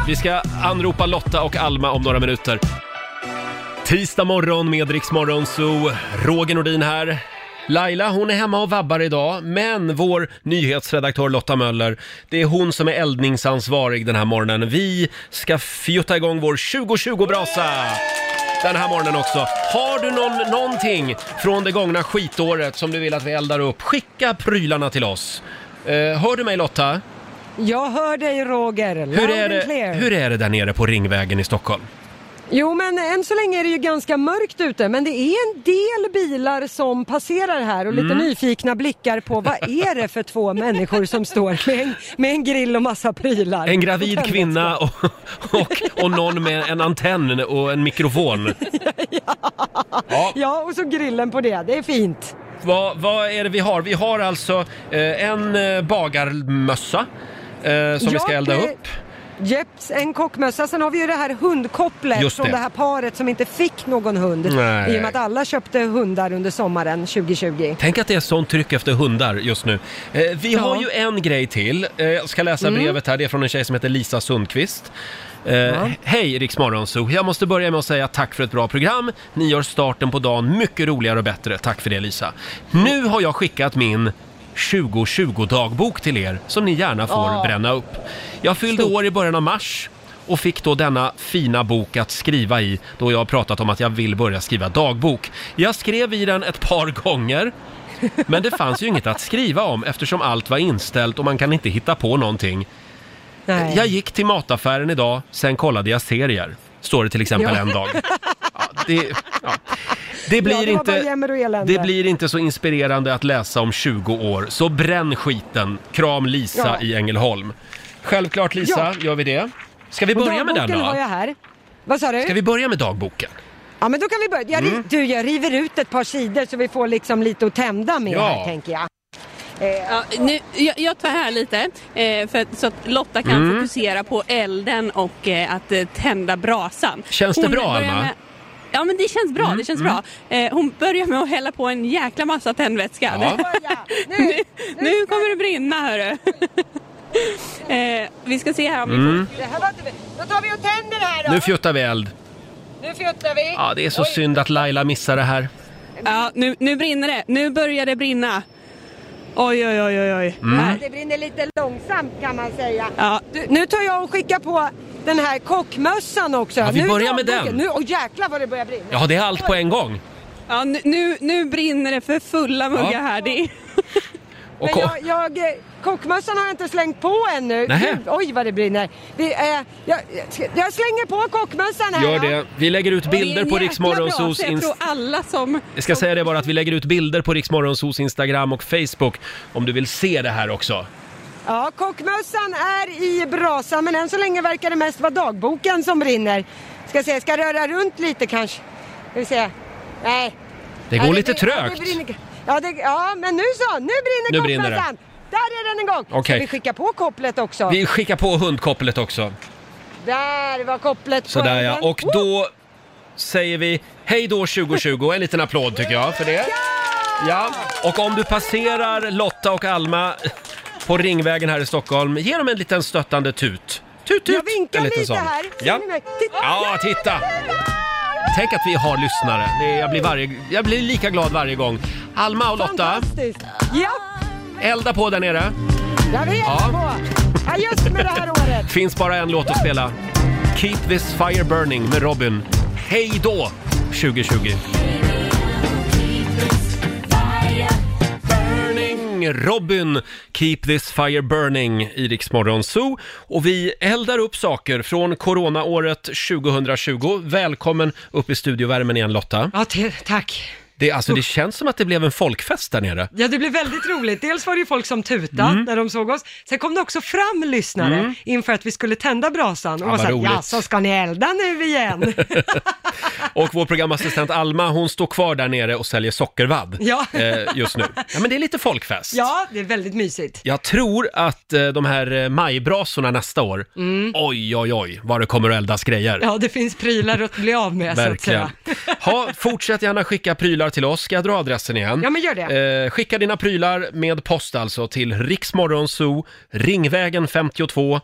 A: Vi ska anropa Lotta och Alma om några minuter. Tisdag morgon med Rix Morgon Zoo. Roger Nordin här. Laila, hon är hemma och vabbar idag, men vår nyhetsredaktör Lotta Möller, det är hon som är eldningsansvarig den här morgonen. Vi ska fjutta igång vår 2020-brasa den här morgonen också. Har du någon, någonting från det gångna skitåret som du vill att vi eldar upp, skicka prylarna till oss. Eh, hör du mig Lotta?
B: Jag hör dig Roger,
A: Hur
B: loud
A: är,
B: and
A: det,
B: clear.
A: hur är det där nere på Ringvägen i Stockholm?
B: Jo men än så länge är det ju ganska mörkt ute men det är en del bilar som passerar här och lite
K: Mm.
B: nyfikna blickar på vad är det för två människor som står med en, med en grill och massa prylar.
A: En gravid kvinna och, och, och någon med en antenn och en mikrofon.
B: Ja. ja och så grillen på det, det är fint.
A: Vad, vad är det vi har? Vi har alltså eh, en eh, bagarmössa eh, som vi ska
B: Jag,
A: elda
B: eh,
A: upp.
B: Jeps, en kockmössa. Sen har vi ju det här hundkopplet
A: Just
B: från
A: det.
B: det här paret som inte fick någon hund.
A: Nej.
B: I och med att alla köpte hundar under sommaren 2020.
A: Tänk att det är sånt tryck efter hundar just nu. Eh, vi
B: Ja.
A: har ju en grej till. Eh, jag ska läsa
B: Mm.
A: brevet här. Det är från en tjej som heter Lisa Sundqvist. Eh,
L: Ja.
A: Hej Rix Morgonzoo. Jag måste börja med att säga tack för ett bra program. Ni gör starten på dagen mycket roligare och bättre. Tack för det Lisa. Nu har jag skickat min 2020-dagbok till er som ni gärna får
L: Ja.
A: bränna upp. Jag fyllde år i början av mars och fick då denna fina bok att skriva i då jag har pratat om att jag vill börja skriva dagbok. Jag skrev i den ett par gånger men det fanns ju inget att skriva om eftersom allt var inställt och man kan inte hitta på någonting.
B: Nej.
A: Jag gick till mataffären idag, sen kollade jag serier. Står det till exempel
B: Ja.
A: en dag. Ja, det, ja. det, blir
B: ja, det var bara
A: inte,
B: jämmer och elände.
A: det blir inte så inspirerande att läsa om 20 år. Så bränn skiten. Kram Lisa
B: Ja.
A: i Ängelholm. Självklart Lisa, gör vi det. Ska vi
B: Och
A: börja med den
B: dagboken har jag
A: då?
B: här. Vad sa du?
A: Ska vi börja med dagboken?
B: Ja men då kan vi börja. Jag, ri-
A: Mm.
B: Du jag river ut ett par sidor så vi får liksom lite att tända med
M: Ja.
B: här tänker jag.
M: Ja, nu, jag, jag tar här lite eh, för, att- så att Lotta kan
A: Mm.
M: fokusera på elden och eh, att eh, tända brasan.
A: Känns det bra,
M: börjar
A: Alma?
M: Med, ja men det känns bra, det känns
A: mm.
M: bra. Eh, hon börjar med att hälla på en jäkla massa tändvätska.
A: Ja.
M: nu, nu, kommer det brinna hörru. eh, vi ska se här om
A: Mm.
M: vi
B: Det här var inte... Då tar vi och tänder här
A: Nu fjuttar vi eld.
B: Nu fjuttar vi.
A: Ja, det är så synd att Laila missar det här.
M: får... Ja, nu, nu brinner det, nu börjar det brinna. Oj, oj, oj, oj, oj.
A: Mm.
M: Här.
B: Det brinner lite långsamt kan man säga.
M: Ja.
B: Du, nu tar jag och skickar på den här kockmössan också.
A: Ja, vi
B: nu är
A: börjar med
B: dagboken.
A: den.
B: Nu, och jäklar vad det börjar brinna.
A: Ja, det är allt på en gång.
M: Ja, nu, nu, nu brinner det för fulla muggar här. Det är...
A: Och,
B: Men jag, jag, eh, Kockmössan har jag inte slängt på ännu.
A: Nähä.
B: Gud, Oj vad det brinner. Vi, eh, jag, jag, jag slänger på kockmössan här.
A: Gör
B: då.
A: det. Vi lägger ut bilder på Riksmorgonsos Instagram.
B: alla som...
A: Jag ska säga det bara att vi lägger ut bilder på Riksmorgonsos Instagram och Facebook om du vill se det här också.
B: Ja, kockmössan är i brasan men än så länge verkar det mest vara dagboken som brinner. Ska se, ska jag röra runt lite kanske? Ska vi se. Nej.
A: Det går
B: Nej,
A: lite
B: brin- ja,
A: trögt.
B: Det brinner, ja, det, ja, men nu så, nu brinner
A: Nu brinner det.
B: kockmössan. Där är den igång.
A: Okej.
B: Ska vi skicka på kopplet också?
A: Vi skickar på hundkopplet också.
B: Där var kopplet på
A: Sådär ja.
B: elden.
A: Och då säger vi hej då 2020. En liten applåd tycker jag för det. Ja. Och om du passerar Lotta och Alma på Ringvägen här i Stockholm, ge dem en liten stöttande tut. Tut, tut!
B: Jag vinkar
A: En liten
B: lite
A: sån.
B: här. Ser
A: Ja.
B: ni mig? Titta.
A: ja, titta! Tänk att vi har lyssnare. Det- Jag blir, varje, jag blir lika glad varje gång. Alma och Lotta,
B: Fantastiskt. Ja,
A: elda på där nere.
B: jag vet
A: Ja.
B: på. Ja, just med det här året.
A: Finns bara en låt att spela. Keep this fire burning med Robin. Hej då 2020! Burning. Robin, Keep this fire burning i Rix Morgon Zoo. Och vi eldar upp saker från coronaåret 2020. Välkommen upp i studiovärmen igen Lotta.
B: Ja, tack.
A: Det, alltså, det känns som att det blev en folkfest där nere.
B: Ja, det blev väldigt roligt. Dels var det ju folk som tutade
A: Mm.
B: när de såg oss. Sen kom det också fram lyssnare
A: Mm.
B: inför att vi skulle tända brasan och
A: Ja,
B: var
A: vad
B: såhär,
A: roligt.
B: ja så ska ni elda nu igen?
A: Och vår programassistent Alma, hon står kvar där nere och säljer sockervadd
B: Ja.
A: eh, just nu. Ja, men det är lite folkfest.
B: ja, det är väldigt mysigt.
A: Jag tror att eh, de här eh, majbrasorna nästa år,
B: Mm.
A: oj, oj, oj, vad det kommer att eldas grejer.
B: Ja, det finns prylar att bli av med så att
A: Verkligen.
B: säga.
A: Ha, fortsätt gärna skicka prylar till oss. Ska jag dra adressen igen?
B: Ja, men gör det.
A: Eh, skicka dina prylar med post alltså till Riksmorgonzoo, Ringvägen 52,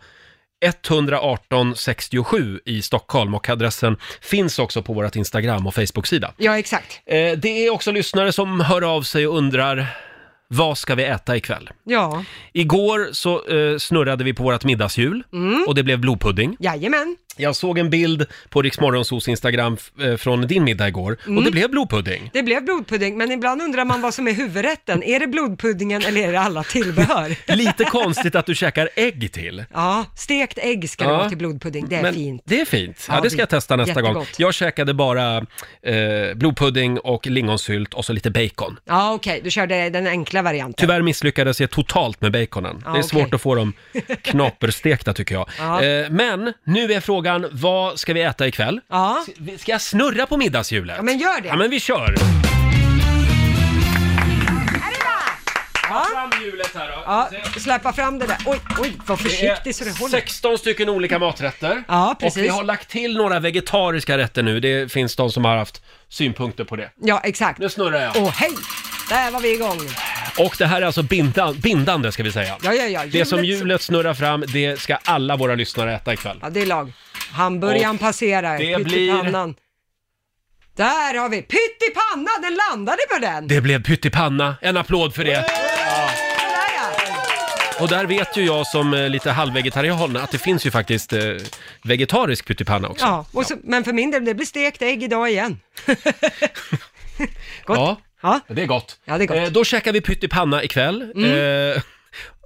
A: 118 67 i Stockholm och adressen finns också på vårt Instagram och Facebook-sida.
B: Ja, exakt.
A: Eh, det är också lyssnare som hör av sig och undrar, vad ska vi äta ikväll?
B: Ja,
A: Igår så eh, snurrade vi på vårt middagshjul
B: Mm.
A: och det blev blodpudding.
B: jajamän.
A: Jag såg en bild på Rix Morgonzos Instagram f- eh, från din middag igår och
B: Mm.
A: det blev blodpudding.
B: Det blev blodpudding, men ibland undrar man vad som är huvudrätten. Är det blodpuddingen eller är det alla tillbehör?
A: Lite konstigt att du käkar ägg till.
B: Ja, stekt ägg ska det
A: Ja.
B: vara till blodpudding, det är
A: Men
B: fint.
A: Det är fint. Ja,
B: Ja,
A: det ska
B: det-
A: jag testa nästa gång.
B: jättegott.
A: Jag käkade bara eh, blodpudding och lingonsylt och så lite bacon.
B: Ja, okej, du körde den enkla varianten.
A: Tyvärr misslyckades jag totalt med baconen.
B: Ja,
A: det är svårt
B: okej.
A: att få dem knaperstekta tycker jag.
B: Ja.
A: Eh, men nu är frågan, vad ska vi äta ikväll?
B: Ja.
A: Ska jag snurra på middagshjulet? Ja,
B: men gör det.
A: Ja, men vi kör!
B: Ja.
A: Fram hjulet här då.
B: Ja, släppa fram det där. Oj, oj, var
A: Det är
B: försiktig så det håller.
A: 16 stycken olika maträtter.
B: Ja,
A: Och vi
B: precis.
A: har lagt till några vegetariska rätter nu. Det finns de som har haft synpunkter på det.
B: Ja, exakt.
A: Nu snurrar jag.
B: Åh, hej! Där var vi igång.
A: Och det här är alltså bindan, bindande ska vi säga.
B: Ja, ja, ja.
A: Det som
B: Hjulet-
A: hjulet snurrar fram, det ska alla våra lyssnare äta ikväll.
B: Ja, det är lag. Hamburgaren
A: Och
B: passerar.
A: det
B: Pyttipannan. Där har vi pyttipanna! Den landade på den.
A: Det blev pyttipanna, en applåd för det! Och där vet ju jag som eh, lite halvvegetarian att det finns ju faktiskt eh, vegetarisk pyttipanna också.
B: Ja, och så, men för min del, det blir stekt ägg idag igen. Gott.
A: Ja,
B: Ja.
A: det är gott.
B: Ja, det är gott. Mm.
A: Eh, då käkar vi pyttipanna ikväll. Eh,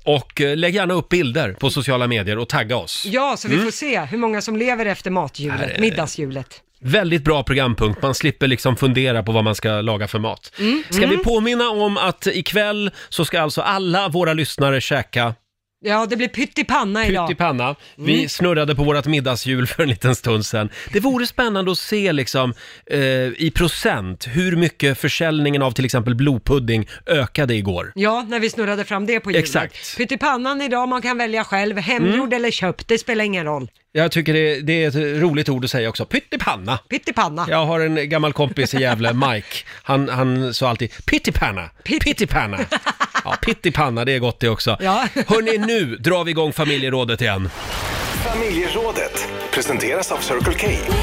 A: och eh, lägg gärna upp bilder på sociala medier och tagga oss.
B: Ja, så vi
A: Mm.
B: får se hur många som lever efter mathjulet,
A: är-
B: middagshjulet.
A: Väldigt bra programpunkt, man slipper liksom fundera på vad man ska laga för mat.
B: Mm.
A: Ska vi
B: Mm.
A: påminna om att ikväll så ska alltså alla våra lyssnare käka
B: Ja, det blir pyttipanna idag.
A: pyttipanna. Vi
B: Mm.
A: snurrade på vårt middagshjul för en liten stund sedan. Det vore spännande att se liksom, eh, i procent hur mycket försäljningen av till exempel blodpudding ökade igår.
B: Ja, när vi snurrade fram det på hjulet.
A: Exakt. Mm.
B: Pyttipannan idag, man kan välja själv, hemgjord eller köpt, det spelar ingen roll.
A: Jag tycker det, det är ett roligt ord att säga också, pyttipanna.
B: Pyttipanna.
A: Jag har en gammal kompis i Gävle, Mike. Han, han sa alltid pyttipanna, pyttipanna. Ja, pyttipanna, det är gott det också.
B: Ja.
A: Hörni, nu drar vi igång familjerådet igen.
K: Familjerådet presenteras av Circle K.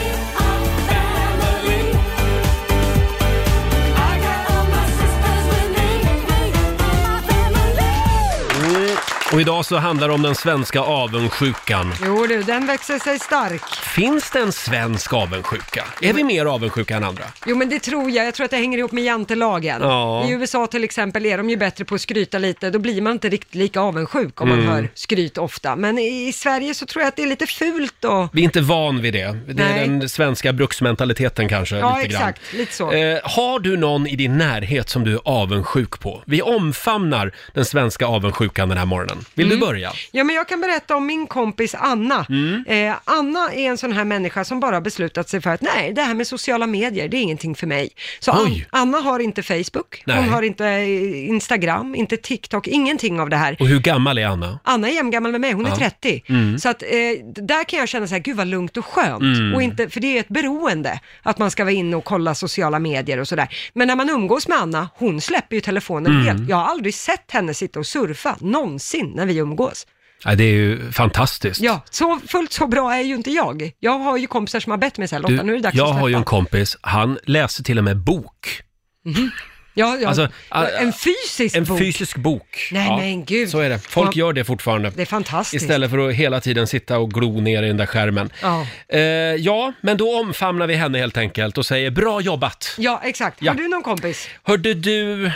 A: Mm. Och idag så handlar det om den svenska avundsjukan.
B: Jo du, den växer sig stark.
A: Finns det en svensk avundsjuka? Är vi mer avundsjuka än andra?
B: Jo men det tror jag, jag tror att det hänger ihop med jantelagen.
A: Ja.
B: I USA till exempel är de ju bättre på att skryta lite, då blir man inte riktigt lika avundsjuk om
A: Mm.
B: man hör skryt ofta. Men i i Sverige så tror jag att det är lite fult och...
A: Vi är inte van vid det. Det är
B: Nej.
A: den svenska bruksmentaliteten kanske.
B: Ja
A: lite
B: exakt, lite så.
A: Grann. Eh, har du någon i din närhet som du är avundsjuk på? Vi omfamnar den svenska avundsjukan den här morgonen. Vill
B: Mm.
A: du börja?
B: Ja, men jag kan berätta om min kompis Anna.
A: Mm.
B: Eh, Anna är en sån här människa som bara har beslutat sig för att nej, det här med sociala medier, det är ingenting för mig. Så An-
A: Oj.
B: Anna har inte Facebook,
A: Nej.
B: hon har inte eh, Instagram, inte TikTok, ingenting av det här.
A: Och hur gammal är Anna?
B: Anna är jämngammal med mig, hon är
A: Ja.
B: 30.
A: Mm.
B: Så att eh, där kan jag känna så här, gud vad lugnt och skönt.
A: Mm.
B: Och inte, för det är ett beroende, att man ska vara inne och kolla sociala medier och sådär. Men när man umgås med Anna, hon släpper ju telefonen
A: Mm.
B: helt. Jag har aldrig sett henne sitta och surfa, någonsin, när vi umgås.
A: Ja, det är ju fantastiskt.
B: Ja, så fullt så bra är ju inte jag. Jag har ju kompisar som har bett mig så här, Lotta, nu är det dags
A: jag
B: att
A: har ju en
B: släppa."
A: kompis, han läser till och med bok.
B: Mhm. Ja, ja.
A: Alltså,
B: ja, en fysisk
A: en
B: bok.
A: fysisk bok.
B: Nej, men gud.
A: Så är det. Folk
B: Ja.
A: gör det fortfarande.
B: Det är fantastiskt.
A: Istället för att hela tiden sitta och glo ner i den där skärmen.
B: Ja.
A: Eh, ja, men då omfamnar vi henne helt enkelt och säger bra jobbat.
B: ja, exakt.
A: Ja.
B: Har du någon kompis?
A: Hörde du...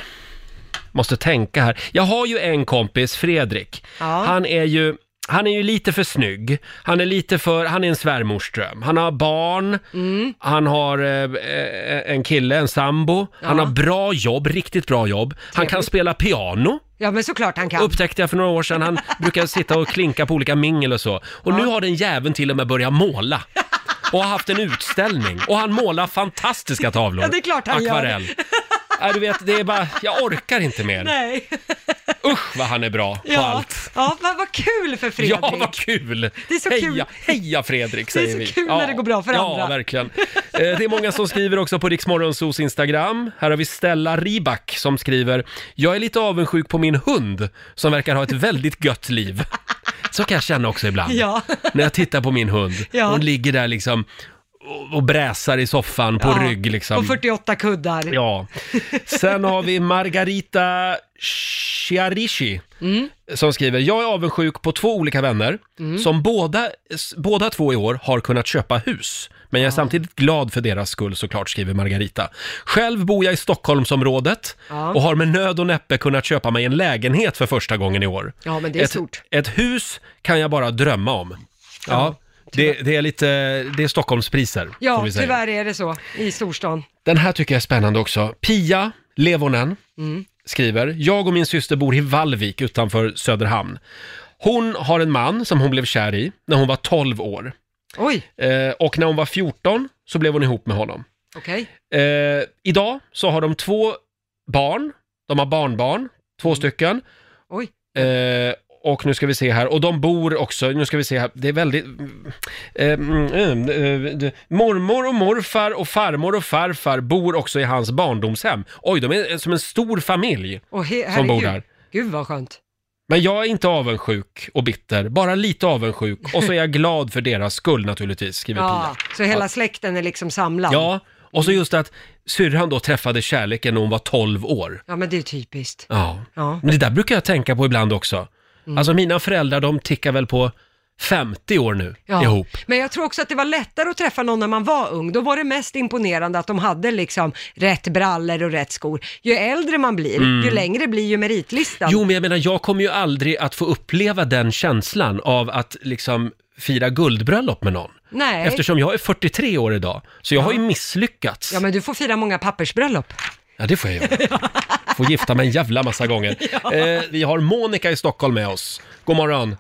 A: Måste tänka här. Jag har ju en kompis, Fredrik.
B: Ja.
A: Han är ju... Han är ju lite för snygg. Han är lite för, han är en svärmorsdröm. Han har barn,
B: Mm.
A: han har eh, eh, en kille, en sambo. Han
B: Ja.
A: har bra jobb, riktigt bra jobb. Han kan spela piano.
B: Ja, men såklart han kan.
A: Upptäckte jag för några år sedan. Han brukade sitta och klinka på olika mingel och så. Och nu har den jäveln till och med börjat måla. Och har haft en utställning. Och han målar fantastiska tavlor.
B: Ja, det är klart han gör.
A: Akvarell. Nej, du vet, det är bara, jag orkar inte mer.
B: Nej.
A: Usch vad han är bra på
B: Ja,
A: allt.
B: ja vad, vad kul för Fredrik.
A: Ja, vad kul!
B: Det är så
A: heja,
B: kul.
A: heja Fredrik,
B: Det är
A: säger vi.
B: så kul när det går bra för
A: ja, Ja,
B: andra.
A: verkligen. Eh, Det är många som skriver också på Riksmorgonsos Instagram. Här har vi Stella Riback som skriver “Jag är lite avundsjuk på min hund som verkar ha ett väldigt gött liv”. Så kan jag känna också ibland.
B: Ja.
A: När jag tittar på min hund.
B: Ja.
A: Hon ligger där liksom och- och bräsar i soffan på
B: Ja,
A: rygg liksom.
B: På 48 kuddar.
A: Ja. Sen har vi Margarita Chiarishi
B: Mm.
A: som skriver, jag är avundsjuk på två olika vänner som båda, s- båda två i år har kunnat köpa hus. Men jag är samtidigt glad för deras skull såklart, skriver Margarita. Själv bor jag i Stockholmsområdet
B: Ja.
A: och har med nöd och näppe kunnat köpa mig en lägenhet för första gången i år.
B: Ja, men det är
A: ett,
B: stort.
A: Ett hus kan jag bara drömma om. Ja, det, det är lite, det är Stockholmspriser. som
B: Ja,
A: vi säger.
B: tyvärr är det så i storstan.
A: Den här tycker jag är spännande också. Pia Levonen skriver, jag och min syster bor i Vallvik utanför Söderhamn. Hon har en man som hon blev kär i när hon var 12 år.
B: Oj,
A: Eh, och när hon var 14 så blev hon ihop med honom.
B: okej.
A: Eh, idag så har de två barn, de har barnbarn, två stycken.
B: Mm. Oj.
A: Eh, och nu ska vi se här, och de bor också, nu ska vi se här, det är väldigt... Eh, mm, mm, eh, d- mormor och morfar och farmor och farfar bor också i hans barndomshem. Oj, de är som en stor familj.
B: Och he-
A: Som bor
B: herregud.
A: där.
B: Gud vad skönt.
A: Men jag är inte avundsjuk och bitter, bara lite avundsjuk. Och så är jag glad för deras skull naturligtvis, skriver
B: Ja,
A: Pia.
B: så hela släkten är liksom samlad.
A: Ja, och så just att syrran då träffade kärleken när hon var 12 år.
B: Ja, men det är typiskt.
A: Ja.
B: Ja. Mm.
A: Men det där brukar jag tänka på ibland också. Alltså mina föräldrar, de tickar väl på 50 år nu
B: Ja.
A: ihop.
B: Men jag tror också att det var lättare att träffa någon när man var ung. Då var det mest imponerande att de hade liksom rätt brallor och rätt skor. Ju äldre man blir,
A: Mm.
B: ju längre blir ju meritlistan.
A: Jo, men jag menar, jag kommer ju aldrig att få uppleva den känslan av att liksom fira guldbröllop med någon.
B: Nej.
A: Eftersom jag är 43 år idag, så jag har ju misslyckats.
B: Ja, men du får fira många pappersbröllop.
A: Ja, det får jag göra. Får gifta mig en jävla massa gånger. Eh, vi har Monica i Stockholm med oss. God morgon.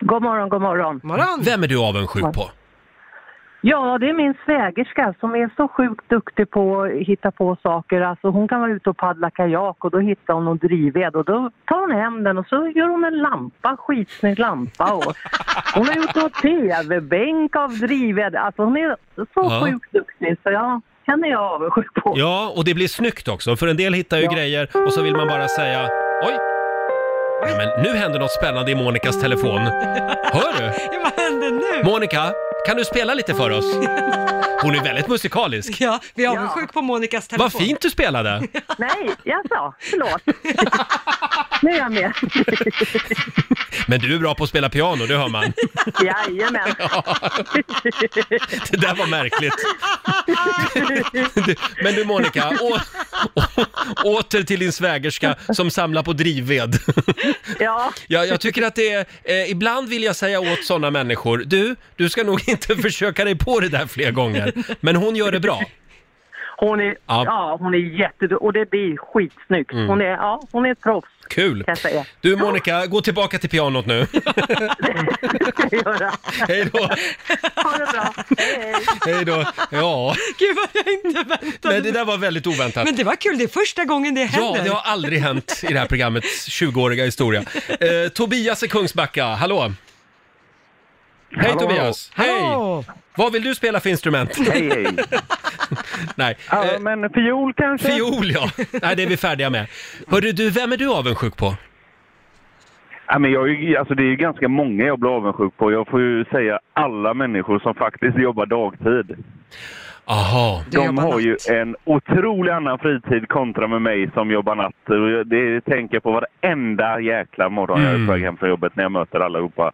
L: God morgon, god morgon.
A: Vem är du avundsjuk på?
L: Ja, det är min svägerska som är så sjukt duktig på att hitta på saker. Alltså hon kan vara ute och paddla kajak och då hittar hon någon drivved och då tar hon hem den och så gör hon en lampa, skitsnygg lampa. Och hon har gjort någon tv-bänk av drivved. Alltså hon är så
A: Ja.
L: sjukt duktig så jag henne är jag avundsjuk på.
A: Ja, och det blir snyggt också, för en del hittar ju grejer och så vill man bara säga oj. Nej, men nu händer något spännande i Monicas telefon. Hör du?
B: Vad händer nu?
A: Monica, kan du spela lite för oss? Hon är väldigt musikalisk.
B: Ja, vi är avundsjuk på Monikas telefon.
A: Vad fint du spelade!
L: Nej, jag sa förlåt. nu är jag med.
A: Men du är bra på att spela piano, det hör man.
L: Jajamän.
A: Det där var märkligt. Du- Men du Monica, å- å- åter till din svägerska som samlar på drivved.
L: Ja.
A: Ja, jag tycker att det är, eh, ibland vill jag säga åt sådana människor, du, du ska nog inte försöka dig på det där fler gånger. Men hon gör det bra.
L: Hon är,
A: Ja.
L: ja. hon är jätteduktig och det blir skitsnyggt.
A: Mm.
L: Hon är, ja, hon är ett proffs.
A: Kul!
L: Kan jag säga.
A: Du Monica, gå tillbaka till pianot nu. Hej då!
L: Ha det bra.
A: Hej då! Ja,
B: Gud vad jag inte väntade
A: men det där var väldigt oväntat.
B: Men det var kul, det är första gången det händer.
A: Ja, det har aldrig hänt i det här programmets 20-åriga historia. Eh, Tobias i Kungsbacka, hallå! Hej
N: Hallå.
A: Tobias!
N: Hallå.
A: Hej! Vad vill du spela för instrument?
N: Hej, hej.
A: Nej, Eh,
N: Ja, men fiol kanske?
A: fiol ja! Nej, det är vi färdiga med. Hörru du, vem är du avundsjuk på?
O: Ja, men jag, är ju- alltså det är ju ganska många jag blir avundsjuk på. Jag får ju säga alla människor som faktiskt jobbar dagtid.
A: Aha.
O: De har ju en otrolig annan fritid kontra med mig som jobbar natt. Och jag- Det tänker jag på varenda jäkla morgon jag
N: Mm.
O: är på väg hem från jobbet när jag möter allihopa.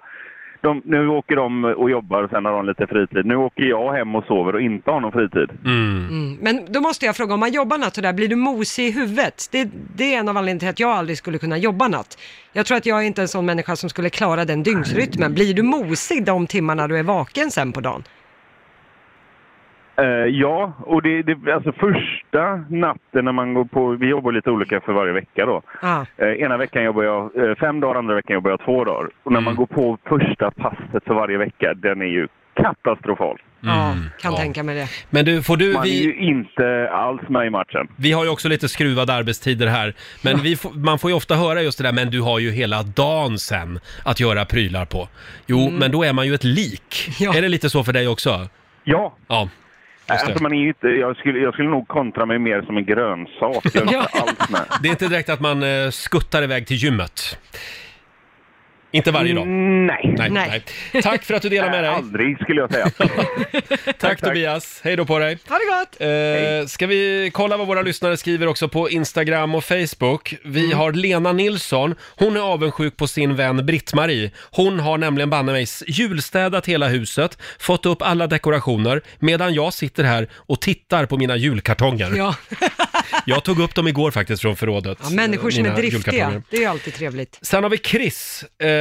O: De, nu åker de och jobbar och sen har de lite fritid. Nu åker jag hem och sover och inte har någon fritid.
B: Mm. Men då måste jag fråga, om man jobbar natt och där, blir du mosig i huvudet? Det, det är en av anledningarna till att jag aldrig skulle kunna jobba natt. Jag tror att jag är inte en sån människa som skulle klara den dygnsrytmen. Blir du mosig de timmarna du är vaken sen på dagen?
O: Eh, ja, och det, det, alltså första natten när man går på... Vi jobbar lite olika för varje vecka då.
B: Ah.
O: Eh, ena veckan jobbar jag eh, fem dagar, andra veckan jobbar jag två dagar. Och när
P: Mm.
O: man går på första passet för varje vecka, den är ju katastrofal.
B: Ja,
A: Mm.
B: kan tänka mig det.
A: Men du, får du...
O: Man är ju
A: Vi,
O: inte alls med i matchen.
A: vi har ju också lite skruvade arbetstider här. Men vi får, man får ju ofta höra just det där, men du har ju hela dagen sen att göra prylar på. Jo, men då är man ju ett lik. Är det lite så för dig också?
O: Ja.
A: Ja. Just det.
O: Alltså man är ju inte, jag, skulle, jag skulle nog kontra mig mer som en grönsak. Jag är inte alls med.
A: Det är inte direkt att man eh, skuttar iväg till gymmet. Inte varje dag.
O: Mm, Nej.
A: nej, nej. Tack för att du delade med dig.
O: Aldrig skulle jag säga.
A: tack, Tobias. Hej då på dig.
B: Ha det gott!
A: Eh, ska vi kolla vad våra lyssnare skriver också på Instagram och Facebook? Vi
B: Mm.
A: har Lena Nilsson. Hon är avundsjuk på sin vän Britt-Marie. Hon har nämligen banne mig s- julstädat hela huset, fått upp alla dekorationer, medan jag sitter här och tittar på mina julkartonger.
B: Ja.
A: jag tog upp dem igår faktiskt från förrådet.
B: Ja, människor som
A: mina
B: är driftiga,
A: julkartonger.
B: det är ju alltid trevligt.
A: Sen har vi Chris. Eh,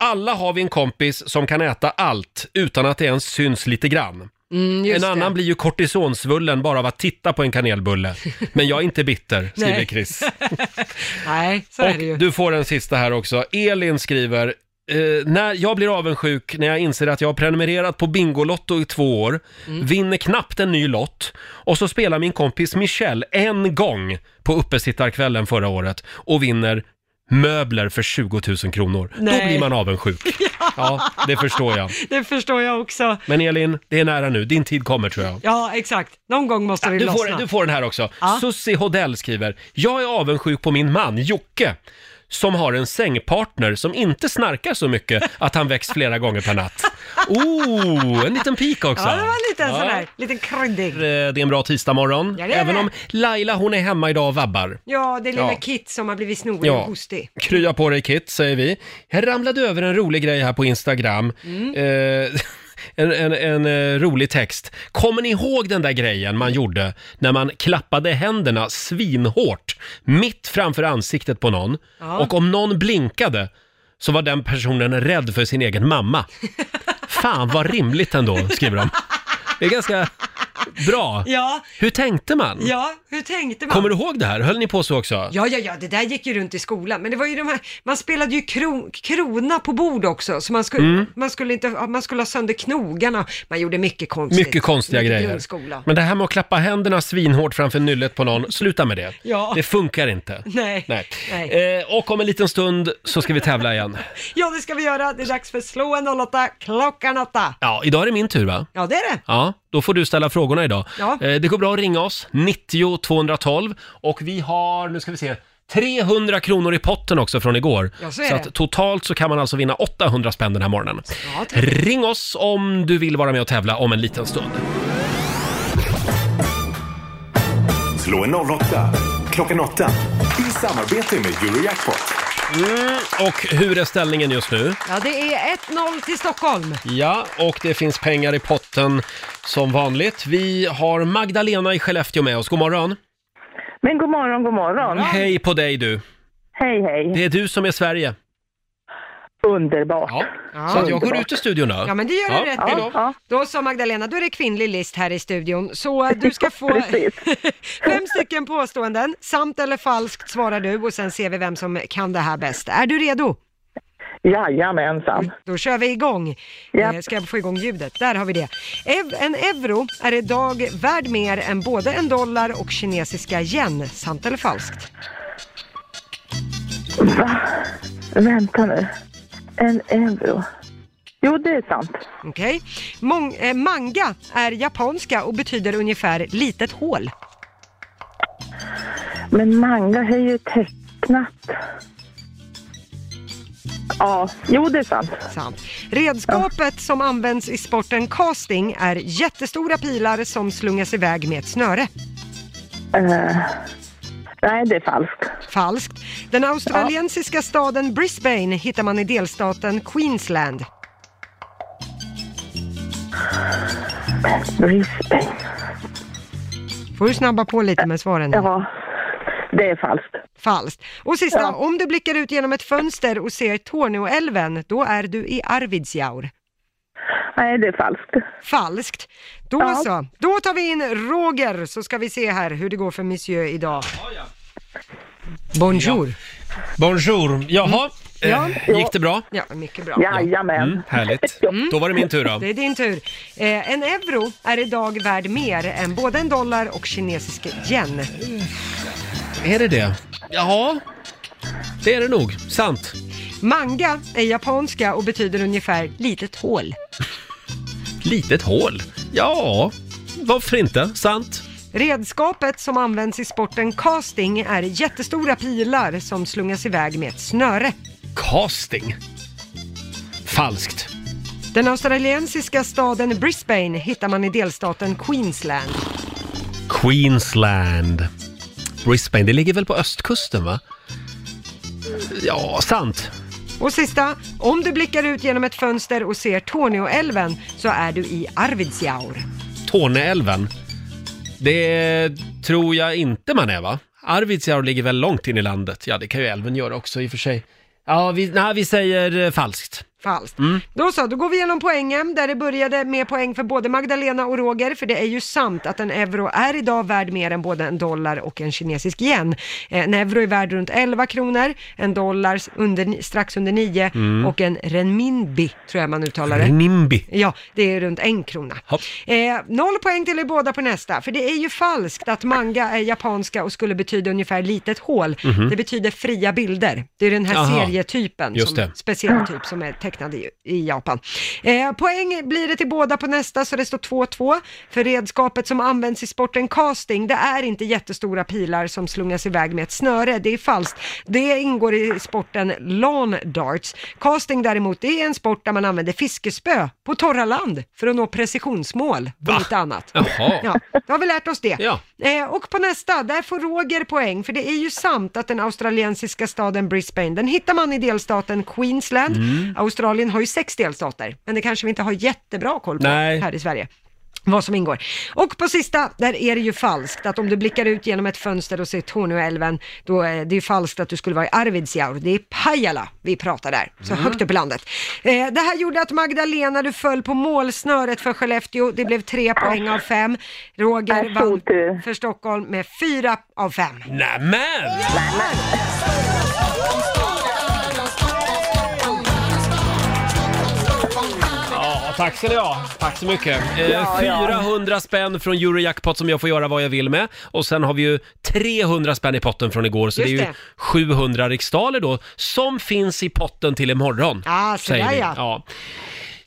A: alla har vi en kompis som kan äta allt utan att det ens syns lite grann.
B: Mm, just
A: en annan
B: det.
A: blir ju kortisonsvullen bara av att titta på en kanelbulle. Men jag är inte bitter, skriver
B: Nej.
A: Chris.
B: Nej, så är det ju.
A: Och du får en sista här också. Elin skriver, eh, när jag blir avundsjuk när jag inser att jag har prenumererat på Bingolotto i två år,
B: Mm.
A: vinner knappt en ny lott och så spelar min kompis Michelle en gång på uppesittarkvällen förra året och vinner möbler för 20 000 kronor. Då
B: Nej.
A: blir man avundsjuk. Ja, det förstår jag.
B: Det förstår jag också.
A: Men Elin, det är nära nu. Din tid kommer tror jag.
B: Ja, exakt. Någon gång måste vi
A: Du
B: lossna.
A: får, du får den här också.
B: Ja.
A: Sussi Hodell skriver, jag är avundsjuk på min man Jocke som har en sängpartner som inte snarkar så mycket att han väcks flera gånger per natt. Oh, en liten pik också.
B: Ja, det var lite en
A: Ja.
B: sån där, lite kryddig.
A: Eh, Det är en bra tisdagmorgon,
B: Ja, det är
A: även
B: det.
A: om Laila hon är hemma idag och vabbar.
B: Ja, det är lilla
A: Ja.
B: Kit som har blivit snorig
A: Ja.
B: och hostig.
A: Krya på dig Kit, säger vi. Jag ramlade över en rolig grej här på Instagram.
B: Mm.
A: Eh, en, en, en eh, rolig text. Kommer ni ihåg den där grejen man gjorde när man klappade händerna svinhårt mitt framför ansiktet på någon?
B: Ja.
A: Och om någon blinkade så var den personen rädd för sin egen mamma. Fan vad rimligt ändå, skriver de. Det är ganska bra.
B: Ja.
A: Hur tänkte man?
B: Ja, hur tänkte man?
A: Kommer du ihåg det här? Höll ni på så också?
B: Ja, ja, ja, det där gick ju runt i skolan. Men det var ju de här, man spelade ju kro, krona på bord också, så man skulle,
A: Mm.
B: man, skulle inte, ja, man skulle ha sönder knogarna. Man gjorde mycket konstigt.
A: Mycket konstiga
B: Mycket
A: grejer.
B: Grundskola.
A: Men det här med att klappa händerna svinhårt framför nyllet på någon, sluta med det.
B: Ja.
A: Det funkar inte.
B: Nej.
A: Nej.
B: Nej.
A: Eh, och om en liten stund så ska vi tävla igen.
B: Ja, det ska vi göra. Det är dags för Slå en 08, klockan åtta.
A: Ja, idag är det min tur va?
B: Ja, det är det.
A: Ja, då får du ställa frågorna idag.
B: Ja.
A: Eh, det går bra att ringa oss, 90 212 och vi har, nu ska vi se, 300 kronor i potten också från igår.
B: Ja, så är det.
A: att totalt så kan man alltså vinna 800 spänn den här morgonen.
B: Ja, trevligt.
A: Ring oss om du vill vara med och tävla om en liten stund.
K: Slå en 08 klockan 8 i samarbete med Eurojackpot.
A: Mm, och hur är ställningen just nu?
B: Ja, det är 1-0 till Stockholm.
A: Ja, och det finns pengar i potten som vanligt. Vi har Magdalena i Skellefteå med oss. God morgon!
P: Men god morgon, god morgon.
A: Hej på dig du!
P: Hej, hej.
A: Det är du som är Sverige.
P: Underbart.
A: Så att jag går ut i studion då.
B: Ja, men det gör du rätt i. Då sa Magdalena, då är det kvinnlig list här i studion. Så eh, du ska få fem stycken påståenden. Sant eller falskt svarar du och sen ser vi vem som kan det här bäst. Är du redo?
P: Jajamensan.
B: Då kör vi igång. Yep. Ska jag få igång ljudet? Där har vi det. Ev- en euro är idag värd mer än både en dollar och kinesiska yen. Sant eller falskt?
P: Va? Vänta nu. En euro. Jo, det är sant.
B: Okej. Mång- eh, manga är japanska och betyder ungefär litet hål.
P: Men manga är ju tecknat. Ja, jo det är sant.
B: Sant. Redskapet som används i sporten casting är jättestora pilar som slungas iväg med ett snöre.
P: Eh, nej, det är falskt.
B: Falskt. Den australiensiska staden Brisbane hittar man i delstaten Queensland.
P: Brisbane.
B: Får du snabba på lite med svaren? nu?
P: Ja, det är falskt.
B: Falskt. Och sista, om du blickar ut genom ett fönster och ser Torneåälven, då är du i Arvidsjaur.
P: Nej, det är falskt.
B: Falskt. Då
P: Ja.
B: så. Då tar vi in Roger, så ska vi se här hur det går för Monsieur idag. Bonjour.
A: Bonjour. Jaha,
B: Mm. Ja.
A: eh, gick det bra?
B: Ja, mycket bra.
P: Jajamän.
A: Mm, härligt. Då var det min tur då.
B: Det är din tur. Eh, en euro är idag värd mer än både en dollar och kinesisk yen.
A: Är det det? Ja, det är det nog. Sant.
B: Manga är japanska och betyder ungefär litet hål.
A: Litet hål. Ja, varför inte? Sant.
B: Redskapet som används i sporten casting är jättestora pilar som slungas iväg med ett snöre.
A: Casting. Falskt.
B: Den australiensiska staden Brisbane hittar man i delstaten Queensland.
A: Queensland. Brisbane, det ligger väl på östkusten va? Ja, sant.
B: Och sista, om du blickar ut genom ett fönster och ser Torneåälven så är du i Arvidsjaur.
A: Torneälven. Det tror jag inte man är va? Arvidsjaur ligger väl långt in i landet? Ja, det kan ju älven göra också i och för sig. Ja, vi, nej, vi säger eh, falskt.
B: Falskt.
A: Mm.
B: Då så, då går vi igenom poängen där det började med poäng för både Magdalena och Roger, för det är ju sant att en euro är idag värd mer än både en dollar och en kinesisk yen. Eh, En euro är värd runt 11 kronor, en dollar s- under, strax under 9
A: Mm.
B: och en renminbi, tror jag man uttalar det.
A: Renimbi.
B: Ja, det är runt en krona. Eh, noll poäng till er båda på nästa, för det är ju falskt att manga är japanska och skulle betyda ungefär litet hål.
A: Mhm.
B: Det betyder fria bilder. Det är den här
A: Aha.
B: serietypen,
A: Just
B: som,
A: det.
B: speciell typ som är tecknad i, i Japan. Eh, poäng blir det till båda på nästa, så det står 2-2. För redskapet som används i sporten casting, det är inte jättestora pilar som slungas iväg med ett snöre, det är falskt. Det ingår i sporten lawn darts. Casting däremot, det är en sport där man använder fiskespö på torra land för att nå precisionsmål och lite annat.
A: Jaha.
B: Ja, då har vi lärt oss det.
A: Ja.
B: Eh, och på nästa, där får Roger poäng, för det är ju sant att den australiensiska staden Brisbane, den hittar man i delstaten Queensland.
A: Mm.
B: Australien har ju sex delstater, men det kanske vi inte har jättebra koll på
A: Nej.
B: här i Sverige. Vad som ingår. Och på sista, där är det ju falskt att om du blickar ut genom ett fönster och ser Torneälven, då är det ju falskt att du skulle vara i Arvidsjaur. Det är Pajala vi pratar där, så
Q: Mm.
B: högt upp i landet. Eh, det här gjorde att Magdalena, du föll på målsnöret för Skellefteå. Det blev tre poäng av fem. Roger vann för Stockholm med fyra av fem.
A: Nämen! Ja, tack ska ni ha. Tack så mycket. Eh,
E: Ja, ja.
A: 400 spänn från Eurojackpot som jag får göra vad jag vill med. Och sen har vi ju 300 spänn i potten från igår, så
B: Just
A: det är ju
B: det.
A: 700 riksdaler då, som finns i potten till imorgon.
B: Ja, så
A: säger
B: där
A: vi.
B: ja.
A: ja.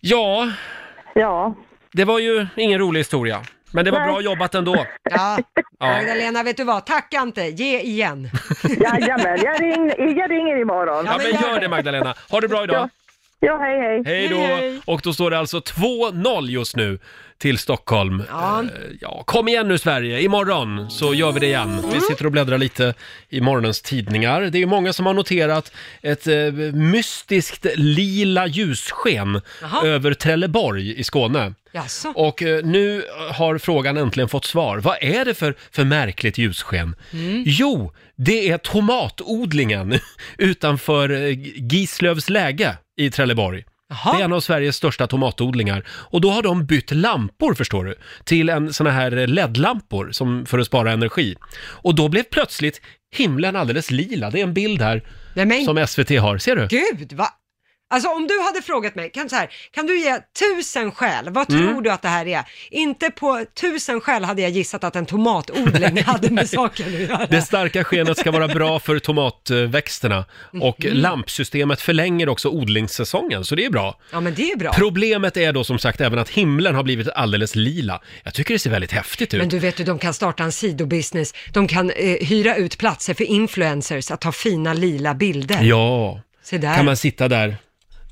A: Ja.
P: Ja.
A: Det var ju ingen rolig historia, men det var
B: Nej.
A: bra jobbat ändå.
B: Ja.
A: Ja.
B: Magdalena, vet du vad? Tacka inte, ge igen.
P: Jajamän, jag, ring, jag ringer imorgon.
A: Ja, men gör det Magdalena. Ha det bra idag.
P: Ja, hej, hej.
A: Hej då! Och då står det alltså 2-0 just nu till Stockholm. Ja. ja, kom igen nu Sverige, imorgon så gör vi det igen. Vi sitter och bläddrar lite i morgonens tidningar. Det är ju många som har noterat ett eh, mystiskt lila ljussken
B: Jaha.
A: över Trelleborg i Skåne.
B: Jaså?
A: Och eh, nu har frågan äntligen fått svar. Vad är det för, för märkligt ljussken?
B: Mm.
A: Jo, det är tomatodlingen utanför eh, Gislövs läge i Trelleborg. Det är en av Sveriges största tomatodlingar. Och då har de bytt lampor, förstår du, till en såna här eh, LED-lampor som, för att spara energi. Och då blev plötsligt himlen alldeles lila. Det är en bild här som SVT har. Ser du?
B: Gud, vad... Alltså om du hade frågat mig, kan, så här, kan du ge tusen skäl, vad
A: Mm.
B: tror du att det här är? Inte på tusen skäl hade jag gissat att en tomatodling hade med saken att göra.
A: Det starka skenet ska vara bra för tomatväxterna och
B: Mhm.
A: lampsystemet förlänger också odlingssäsongen, så det är bra.
B: Ja men det är bra.
A: Problemet är då som sagt även att himlen har blivit alldeles lila. Jag tycker det ser väldigt häftigt ut.
B: Men du vet ju, de kan starta en sidobusiness, de kan eh, hyra ut platser för influencers att ta fina lila bilder.
A: Ja,
B: Se där.
A: kan man sitta där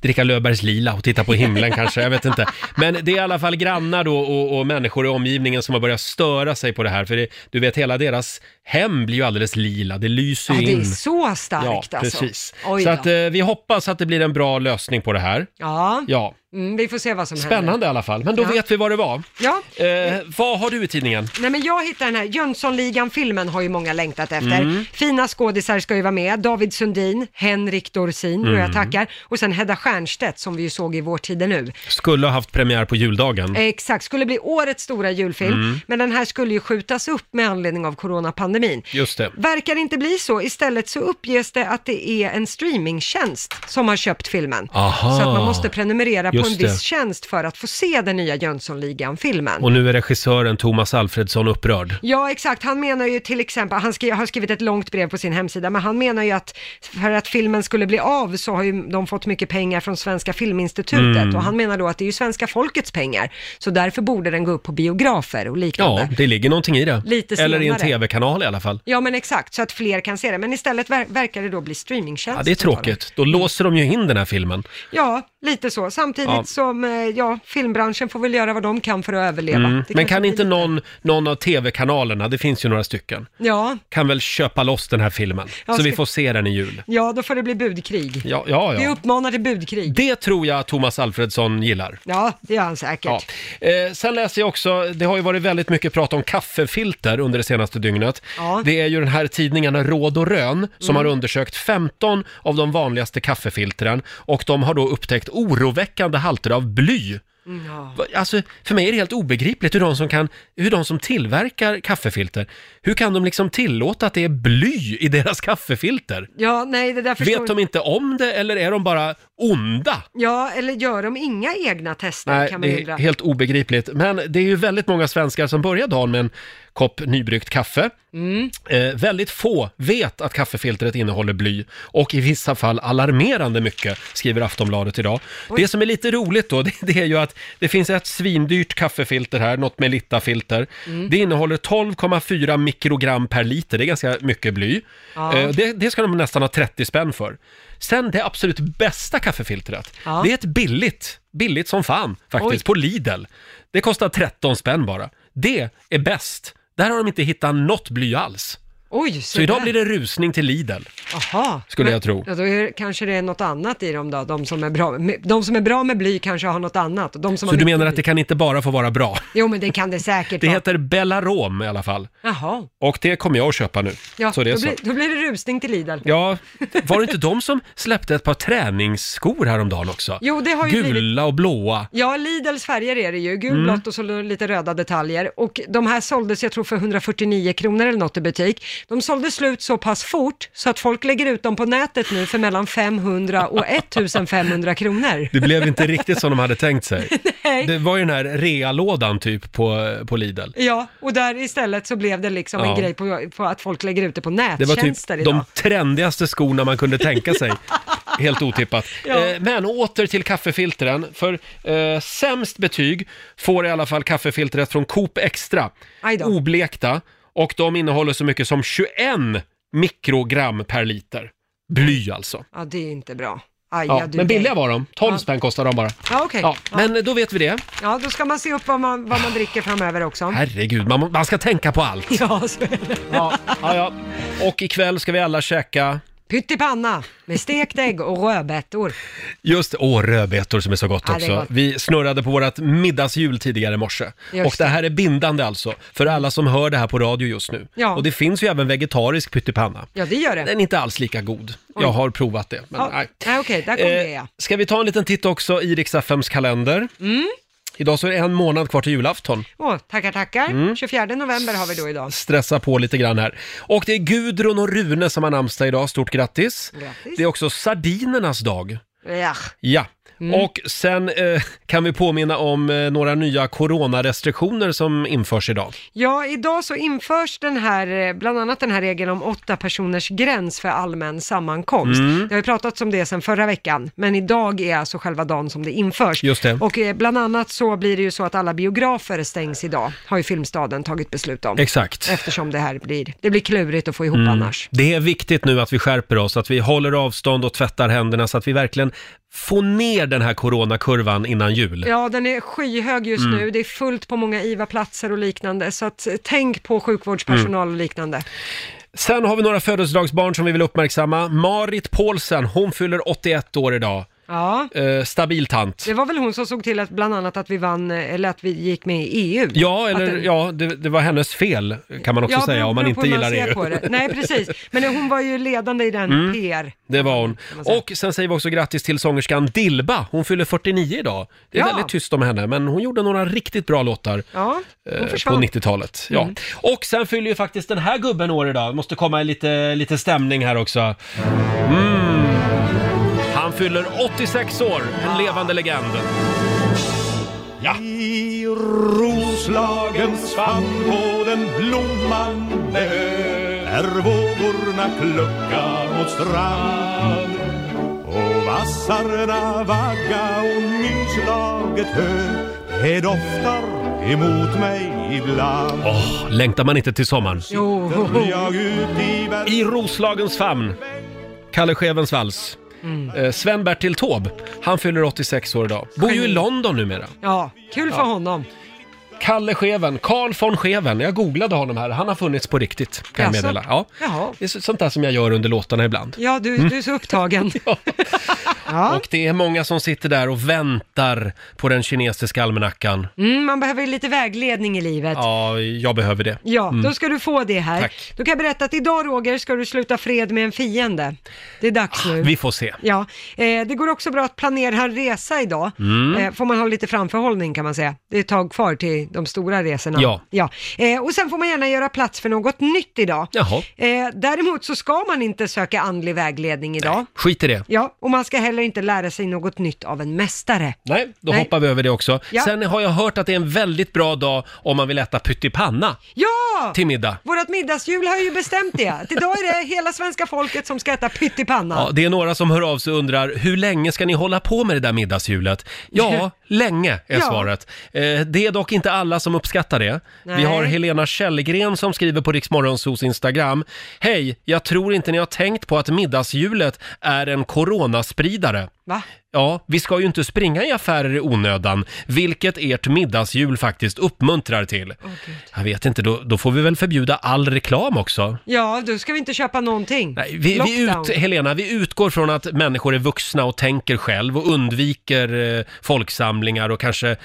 A: dricka Löfbergs lila och titta på himlen kanske, jag vet inte. Men det är i alla fall grannar då och, och människor i omgivningen som har börjat störa sig på det här, för det, du vet hela deras hem blir ju alldeles lila, det lyser
B: ja,
A: ju
B: det
A: in.
B: är så starkt
A: ja,
B: alltså.
A: precis.
B: Oj
A: Så
B: då.
A: att eh, vi hoppas att det blir en bra lösning på det här.
B: Ja,
A: Ja,
B: Mm, vi får se vad som händer.
A: spännande i alla fall. Men då
B: Ja.
A: vet vi vad det var.
B: Ja.
A: Eh, vad har du i tidningen?
B: Nej men jag hittade den här, Jönssonligan-filmen har ju många längtat efter.
A: Mm.
B: Fina skådisar ska ju vara med, David Sundin, Henrik Dorsin, och
A: Mm.
B: jag tackar. Och sen Hedda Stiernstedt som vi ju såg i Vår tid är nu.
A: Skulle ha haft premiär på
B: Eh.
A: juldagen.
B: Exakt, skulle bli årets stora julfilm,
A: Mm.
B: men den här skulle ju skjutas upp med anledning av coronapandemin.
A: Just det.
B: Verkar inte bli så, istället så uppges det att det är en streamingtjänst som har köpt filmen.
A: Aha.
B: Så att man måste prenumerera på
A: Just
B: en
A: det.
B: viss tjänst för att få se den nya Jönssonligan-filmen.
A: Och nu är regissören Thomas Alfredsson upprörd.
B: Ja, exakt. Han menar ju till exempel, han skri- har skrivit ett långt brev på sin hemsida, men han menar ju att för att filmen skulle bli av så har ju de fått mycket pengar från Svenska Filminstitutet
A: Mm.
B: och han menar då att det är ju svenska folkets pengar, så därför borde den gå upp på biografer och liknande.
A: Ja, det ligger någonting i det.
B: Lite
A: Eller i en
B: senare.
A: tv-kanal i alla fall.
B: Ja men exakt, så att fler kan se det. Men istället ver- verkar det då bli streamingtjänst.
A: Ja, det är tråkigt. Då låser de ju in den här filmen.
B: Ja, lite så. Samtidigt
A: Ja.
B: som eh, ja, filmbranschen får väl göra vad de kan för att överleva.
A: Mm.
B: Det
A: Men
B: kanske
A: kan
B: blir
A: inte
B: lite-
A: någon, någon av tv-kanalerna, det finns ju några stycken,
B: Ja,
A: kan väl köpa loss den här filmen?
B: Ja,
A: Så vi
B: ska-
A: får se den i jul.
B: ja, då får det bli budkrig.
A: Ja, ja,
B: Vi
A: ja.
B: uppmanar till budkrig.
A: Det tror jag att Thomas Alfredsson gillar.
B: Ja, det gör han säkert.
A: Ja. Eh, sen läser jag också, det har ju varit väldigt mycket prat om kaffefilter under det senaste dygnet.
B: Ja.
A: Det är ju den här tidningen Råd och Rön som
B: Mm.
A: har undersökt 15 av de vanligaste kaffefiltren och de har då upptäckt oroväckande halter av bly.
B: Mm, Ja.
A: Va- Alltså, för mig är det helt obegripligt hur de som, kan, hur de som tillverkar kaffefilter, hur kan de liksom tillåta att det är bly i deras kaffefilter?
B: Ja, nej, det där förstår
A: Vet de inte om det eller är de bara onda?
B: Ja, eller gör de inga egna tester
A: Nej,
B: kan man
A: det
B: undra.
A: är helt obegripligt. Men det är ju väldigt många svenskar som börjar dagen med en kopp nybryggt kaffe. Eh, väldigt få vet att kaffefiltret innehåller bly och i vissa fall alarmerande mycket, skriver Aftonbladet idag. Det som är lite roligt då, det, det är ju att det finns ett svindyrt kaffefilter här, något med Littafilter.
Q: Mm.
A: Det innehåller 12,4 mikrogram per liter, det är ganska mycket bly.
Q: Ja.
A: Eh, det, det ska de nästan ha 30 spänn för. Sen det absolut bästa kaffefiltret,
Q: Ja.
A: det är ett billigt, billigt som fan faktiskt, på
Q: Oj.
A: Lidl. Det kostar 13 spänn bara. Det är bäst. Där har de inte hittat något bly alls.
B: Oj,
A: Så idag blir det rusning till Lidl,
B: Aha.
A: skulle jag tro.
B: Ja, då är, det- kanske det är något annat i dem då. De som är bra, med- de som är bra med bly kanske har något annat. Och de som
A: Så
B: har
A: du
B: mycket
A: menar
B: bly-
A: att det kan inte bara få vara bra?
B: Jo, men det kan det säkert
A: Det
B: vara.
A: heter Bellarom i alla fall.
B: Jaha.
A: Och det kommer jag att köpa nu.
B: Ja,
A: så det är
B: då,
A: så.
B: blir, då blir det rusning till Lidl.
A: Ja, var det inte de som släppte ett par träningsskor häromdagen också?
B: Jo, det har ju
A: Gula
B: blivit-
A: och blåa.
B: Ja, Lidls färger är det ju, gul,
A: Mm.
B: blått och så lite röda detaljer. Och de här såldes, jag tror för 149 kronor eller något i butik. De såldes slut så pass fort så att folk lägger ut dem på nätet nu för mellan 500 och 1500 kronor.
A: Det blev inte riktigt som de hade tänkt sig.
B: Nej.
A: Det var ju den här realådan typ på, på Lidl.
B: Ja, och där istället så blev det liksom
A: Ja.
B: en grej på, på att folk lägger ut det på
A: Det var typ
B: nättjänster
A: de
B: idag.
A: trendigaste skorna man kunde tänka sig. Helt otippat.
B: Ja.
A: Eh, Men åter till kaffefiltren. För eh, sämst betyg får i alla fall kaffefiltret från Coop Extra.
B: Aj då.
A: Oblekta. Och de innehåller så mycket som 21 mikrogram per liter. Bly alltså.
B: Ja, det är inte bra. Aj,
A: Ja,
B: du
A: men
B: dig.
A: billiga var de. 12
B: Ja.
A: spänn kostar de bara.
B: Ja, okej.
A: Ja, men då vet vi det.
B: Ja, då ska man se upp vad man, vad man dricker framöver också.
A: Herregud, man, man ska tänka på allt.
B: Ja, så är det.
A: Ja, ja, ja. Och ikväll ska vi alla käka
B: Pyttipanna med stekt ägg och rödbetor.
A: Just åh, rödbetor som är så gott
B: Ja, det är
A: också.
B: gott.
A: Vi snurrade på vårt middagshjul tidigare i morse.
B: Just
A: och det här är bindande alltså, för alla som hör det här på radio just nu.
B: Ja.
A: Och det finns ju även vegetarisk pyttipanna.
B: Ja, det gör det.
A: Den är inte alls lika god. Jag har provat det. Men
B: Ja,
A: nej.
B: nej, okej, där kom det
A: Eh,
B: ja. Mm.
A: Ska vi ta en liten titt också i riks kalender? Idag så är det en månad kvar till julafton.
B: Åh, tackar, tackar.
A: Mm.
B: 24 november har vi då idag.
A: Stressa på lite grann här. Och det är Gudrun och Rune som har namnsdag idag. Stort grattis.
B: Grattis.
A: Det är också sardinernas dag.
B: Ja.
A: Ja,
B: Mm.
A: och sen eh, kan vi påminna om eh, några nya coronarestriktioner som införs idag.
B: Ja, idag så införs den här, eh, bland annat den här regeln om åtta personers gräns för allmän sammankomst.
A: Mm.
B: Det har ju pratats om det sedan förra veckan, men idag är alltså själva dagen som det införs.
A: Just det.
B: Och eh, bland annat så blir det ju så att alla biografer stängs idag, har ju Filmstaden tagit beslut om.
A: Exakt.
B: Eftersom det här blir, det blir klurigt att få
A: Mm.
B: ihop annars.
A: Det är viktigt nu att vi skärper oss, att vi håller avstånd och tvättar händerna så att vi verkligen får ner den här coronakurvan innan jul.
B: Ja, den är skyhög just
A: Mm.
B: nu. Det är fullt på många IVA-platser och liknande. Så att, eh, tänk på sjukvårdspersonal
A: Mm.
B: och liknande.
A: Sen har vi några födelsedagsbarn som vi vill uppmärksamma. Marit Paulsen, hon fyller 81 år idag.
B: Ja.
A: Eh, stabil tant.
B: Det var väl hon som såg till att bland annat att vi vann, eh, eller att vi gick med i EU.
A: Ja,
B: Att
A: eller
B: den-
A: ja, det, det var hennes fel kan man också
B: Ja,
A: säga
B: beror-
A: om man
B: beror på
A: inte
B: hur
A: gillar
B: ser
A: EU.
B: På det. Nej, precis. Men hon var ju ledande i den
A: Mm.
B: PR.
A: Det var hon.
B: Mm, man säga.
A: Och sen säger vi också grattis till sångerskan Dilba. Hon fyller 49 idag. Det är
B: Ja.
A: väldigt tyst om henne, men hon gjorde några riktigt bra låtar
B: Ja,
A: eh,
B: hon
A: på
B: försvann.
A: 90-talet. Ja.
B: Mm.
A: Och sen fyller ju faktiskt den här gubben år idag. Måste komma i lite, lite stämning här också. Mm. Han fyller 86 år, en levande legend. Ja.
Q: I Roslagens famn på den blommande ö Är vågorna klocka mot strand Och vassarna vagga och myntslaget hö Det doftar emot mig ibland
A: Åh, längtar man inte till sommaren?
Q: Jag ut i världen
A: I Roslagens famn, Kalle Schewens vals.
B: Mm.
A: Eh, Sven-Bertil Taube, han fyller 86 år idag. Bor ju i London numera.
B: Ja, kul för
A: Ja.
B: honom.
A: Kalle Scheven, Carl von Scheven. Jag googlade honom här. Han har funnits på riktigt, kan jag
B: Jaså?
A: meddela. Ja.
B: Jaha.
A: Det är så- sånt där som jag gör under låtarna ibland.
B: Ja, du, du är så upptagen.
A: Och det är många som sitter där och väntar på den kinesiska almanackan.
B: Mm, man behöver lite vägledning i livet.
A: Ja, jag behöver det.
B: Ja,
A: Mm.
B: då ska du få det här.
A: Tack.
B: Då kan jag berätta att idag Roger ska du sluta fred med en fiende. Det är dags nu.
A: Vi får se.
B: Ja, eh, det går också bra att planera en resa idag.
A: Mm.
B: Eh, får man ha lite framförhållning kan man säga. Det är ett tag kvar till de stora resorna.
A: Ja.
B: ja. Eh, och sen får man gärna göra plats för något nytt idag.
A: Jaha.
B: Eh, däremot så ska man inte söka andlig vägledning idag.
A: Skit i det.
B: Ja, och man ska heller inte lära sig något nytt av en mästare.
A: Nej, då
B: Nej.
A: hoppar vi över det också.
B: Ja.
A: Sen har jag hört att det är en väldigt bra dag om man vill äta pyttipanna
B: Ja!
A: till middag.
B: Vårat middagshjul har ju bestämt det, att idag är det hela svenska folket som ska äta pyttipanna.
A: Ja, det är några som hör av sig och undrar, hur länge ska ni hålla på med det där middagshjulet? Ja, länge är
B: Ja.
A: svaret. Eh, det är dock inte alla som uppskattar det. Vi
B: Nej.
A: har Helena Källgren som skriver på Riksmorgonsos Instagram. Hej, jag tror inte ni har tänkt på att middagshjulet är en coronaspridare.
B: Va?
A: Ja, vi ska ju inte springa i affärer i onödan, vilket ert middagshjul faktiskt uppmuntrar till. jag vet inte, då, då får vi väl förbjuda all reklam också.
B: Ja, då ska vi inte köpa någonting.
A: Nej, Vi, vi
B: Lockdown.
A: ut, Helena, vi utgår från att människor är vuxna och tänker själv och undviker eh, folksamlingar och kanske,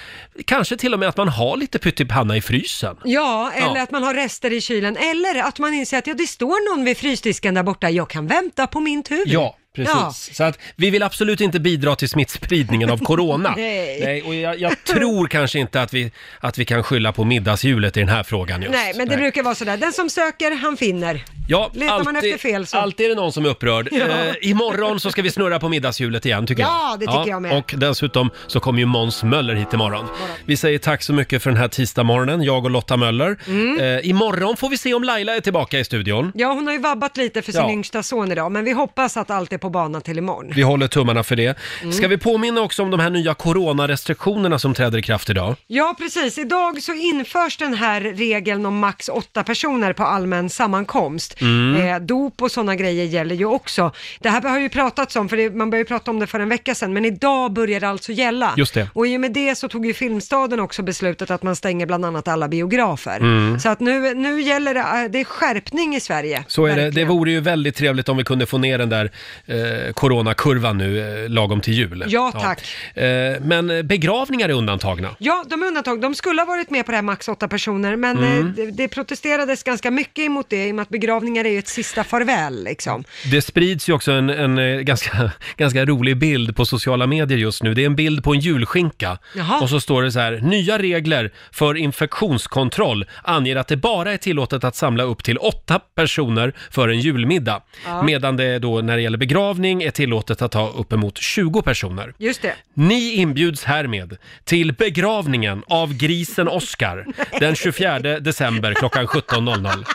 A: kanske till och med att man har lite pyttipanna i frysen.
B: Ja, eller
A: Ja.
B: att man har rester i kylen, eller att man inser att ja, det står någon vid frysdisken där borta, jag kan vänta på min tur.
A: Ja, precis.
B: Ja.
A: Så att vi vill absolut inte bidra till smittspridningen av corona.
B: Nej.
A: och jag, jag tror kanske inte att vi, att vi kan skylla på middagshjulet i den här frågan just.
B: Nej, men det brukar vara sådär, den som söker, han finner.
A: Ja,
B: Letar man efter fel så-
A: alltid är det någon som är upprörd.
B: Ja.
A: Eh, imorgon så ska vi snurra på middagshjulet igen tycker jag.
B: Ja, det tycker jag med.
A: Och dessutom så kommer ju Måns Möller hit imorgon. Vi säger tack så mycket för den här tisdagmorgonen, jag och Lotta Möller.
B: Mm.
A: Eh, imorgon får vi se om Laila är tillbaka i studion.
B: Ja, hon har ju vabbat lite för sin
A: Ja.
B: yngsta son idag, men vi hoppas att allt är på på banan till imorgon.
A: Vi håller tummarna för det.
B: Mm.
A: Ska vi påminna också om de här nya coronarestriktionerna som träder i kraft idag?
B: Ja, precis. Idag så införs den här regeln om max åtta personer på allmän sammankomst.
E: Mm.
B: Eh, dop och sådana grejer gäller ju också. Det här har ju pratats om, för det, man började ju prata om det för en vecka sedan, men idag börjar det alltså gälla.
E: Just det.
B: Och i och med det så tog ju Filmstaden också beslutet att man stänger bland annat alla biografer.
A: Mm.
B: Så att nu, nu gäller det, eh, det är skärpning i Sverige.
A: Så är det. Det vore ju väldigt trevligt om vi kunde få ner den där eh, coronakurvan nu eh, lagom till jul.
B: Ja, tack.
A: Eh, men begravningar är undantagna.
B: Ja, de är undantag. De skulle ha varit med på det här max åtta personer, men
A: Mm.
B: eh, det, det protesterades ganska mycket emot det i och med att begravningar är ju ett sista farväl liksom.
A: Det sprids ju också en, en eh, ganska, ganska rolig bild på sociala medier just nu. Det är en bild på en julskinka
B: Jaha.
A: och så står det så här, nya regler för infektionskontroll anger att det bara är tillåtet att samla upp till åtta personer för en julmiddag.
B: Ja.
A: Medan det då när det gäller begravning är tillåtet att ha uppemot 20 personer.
B: Just det.
A: Ni inbjuds härmed till begravningen av grisen Oscar den 24 december klockan 17.00.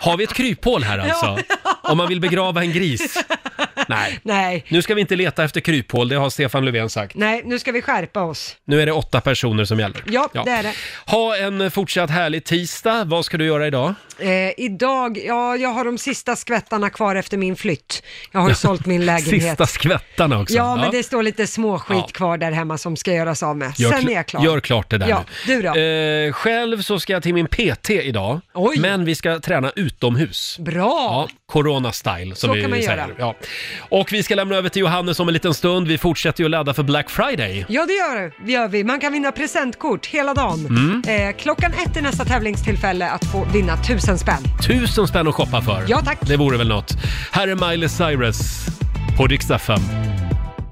A: Har vi ett kryphål här alltså? Om man vill begrava en gris? Nej.
B: Nej.
A: Nu ska vi inte leta efter kryphål, det har Stefan Löfven sagt.
B: Nej, nu ska vi skärpa oss.
A: Nu är det åtta personer som gäller.
B: Ja, det är det.
A: Ha en fortsatt härlig tisdag. Vad ska du göra idag?
B: Eh, idag, ja, jag har de sista skvättarna kvar efter min flytt. Jag har ju sålt min lägenhet.
A: Sista skvättarna också.
B: Ja, men det står lite småskit
A: Ja.
B: kvar där hemma som ska göras av med.
A: Gör,
B: Sen
A: kl-
B: är jag klar.
A: Gör klart det där
B: Ja,
A: nu.
B: du då?
A: Eh, själv så ska jag till min PT idag, men vi ska träna utomhus.
B: Bra!
A: Ja, corona-style som
B: Så
A: vi
B: kan man
A: säger.
B: göra.
A: Ja. Och vi ska lämna över till Johannes om en liten stund. Vi fortsätter ju att ladda för Black Friday.
B: Ja, det gör, det gör vi. Man kan vinna presentkort hela dagen.
A: Mm.
B: Eh, klockan ett är nästa tävlingstillfälle att få vinna tusen spänn.
A: Tusen spänn att shoppa för.
B: Ja, tack.
A: Det vore väl något. Här är Miley Cyrus på Dixtafem.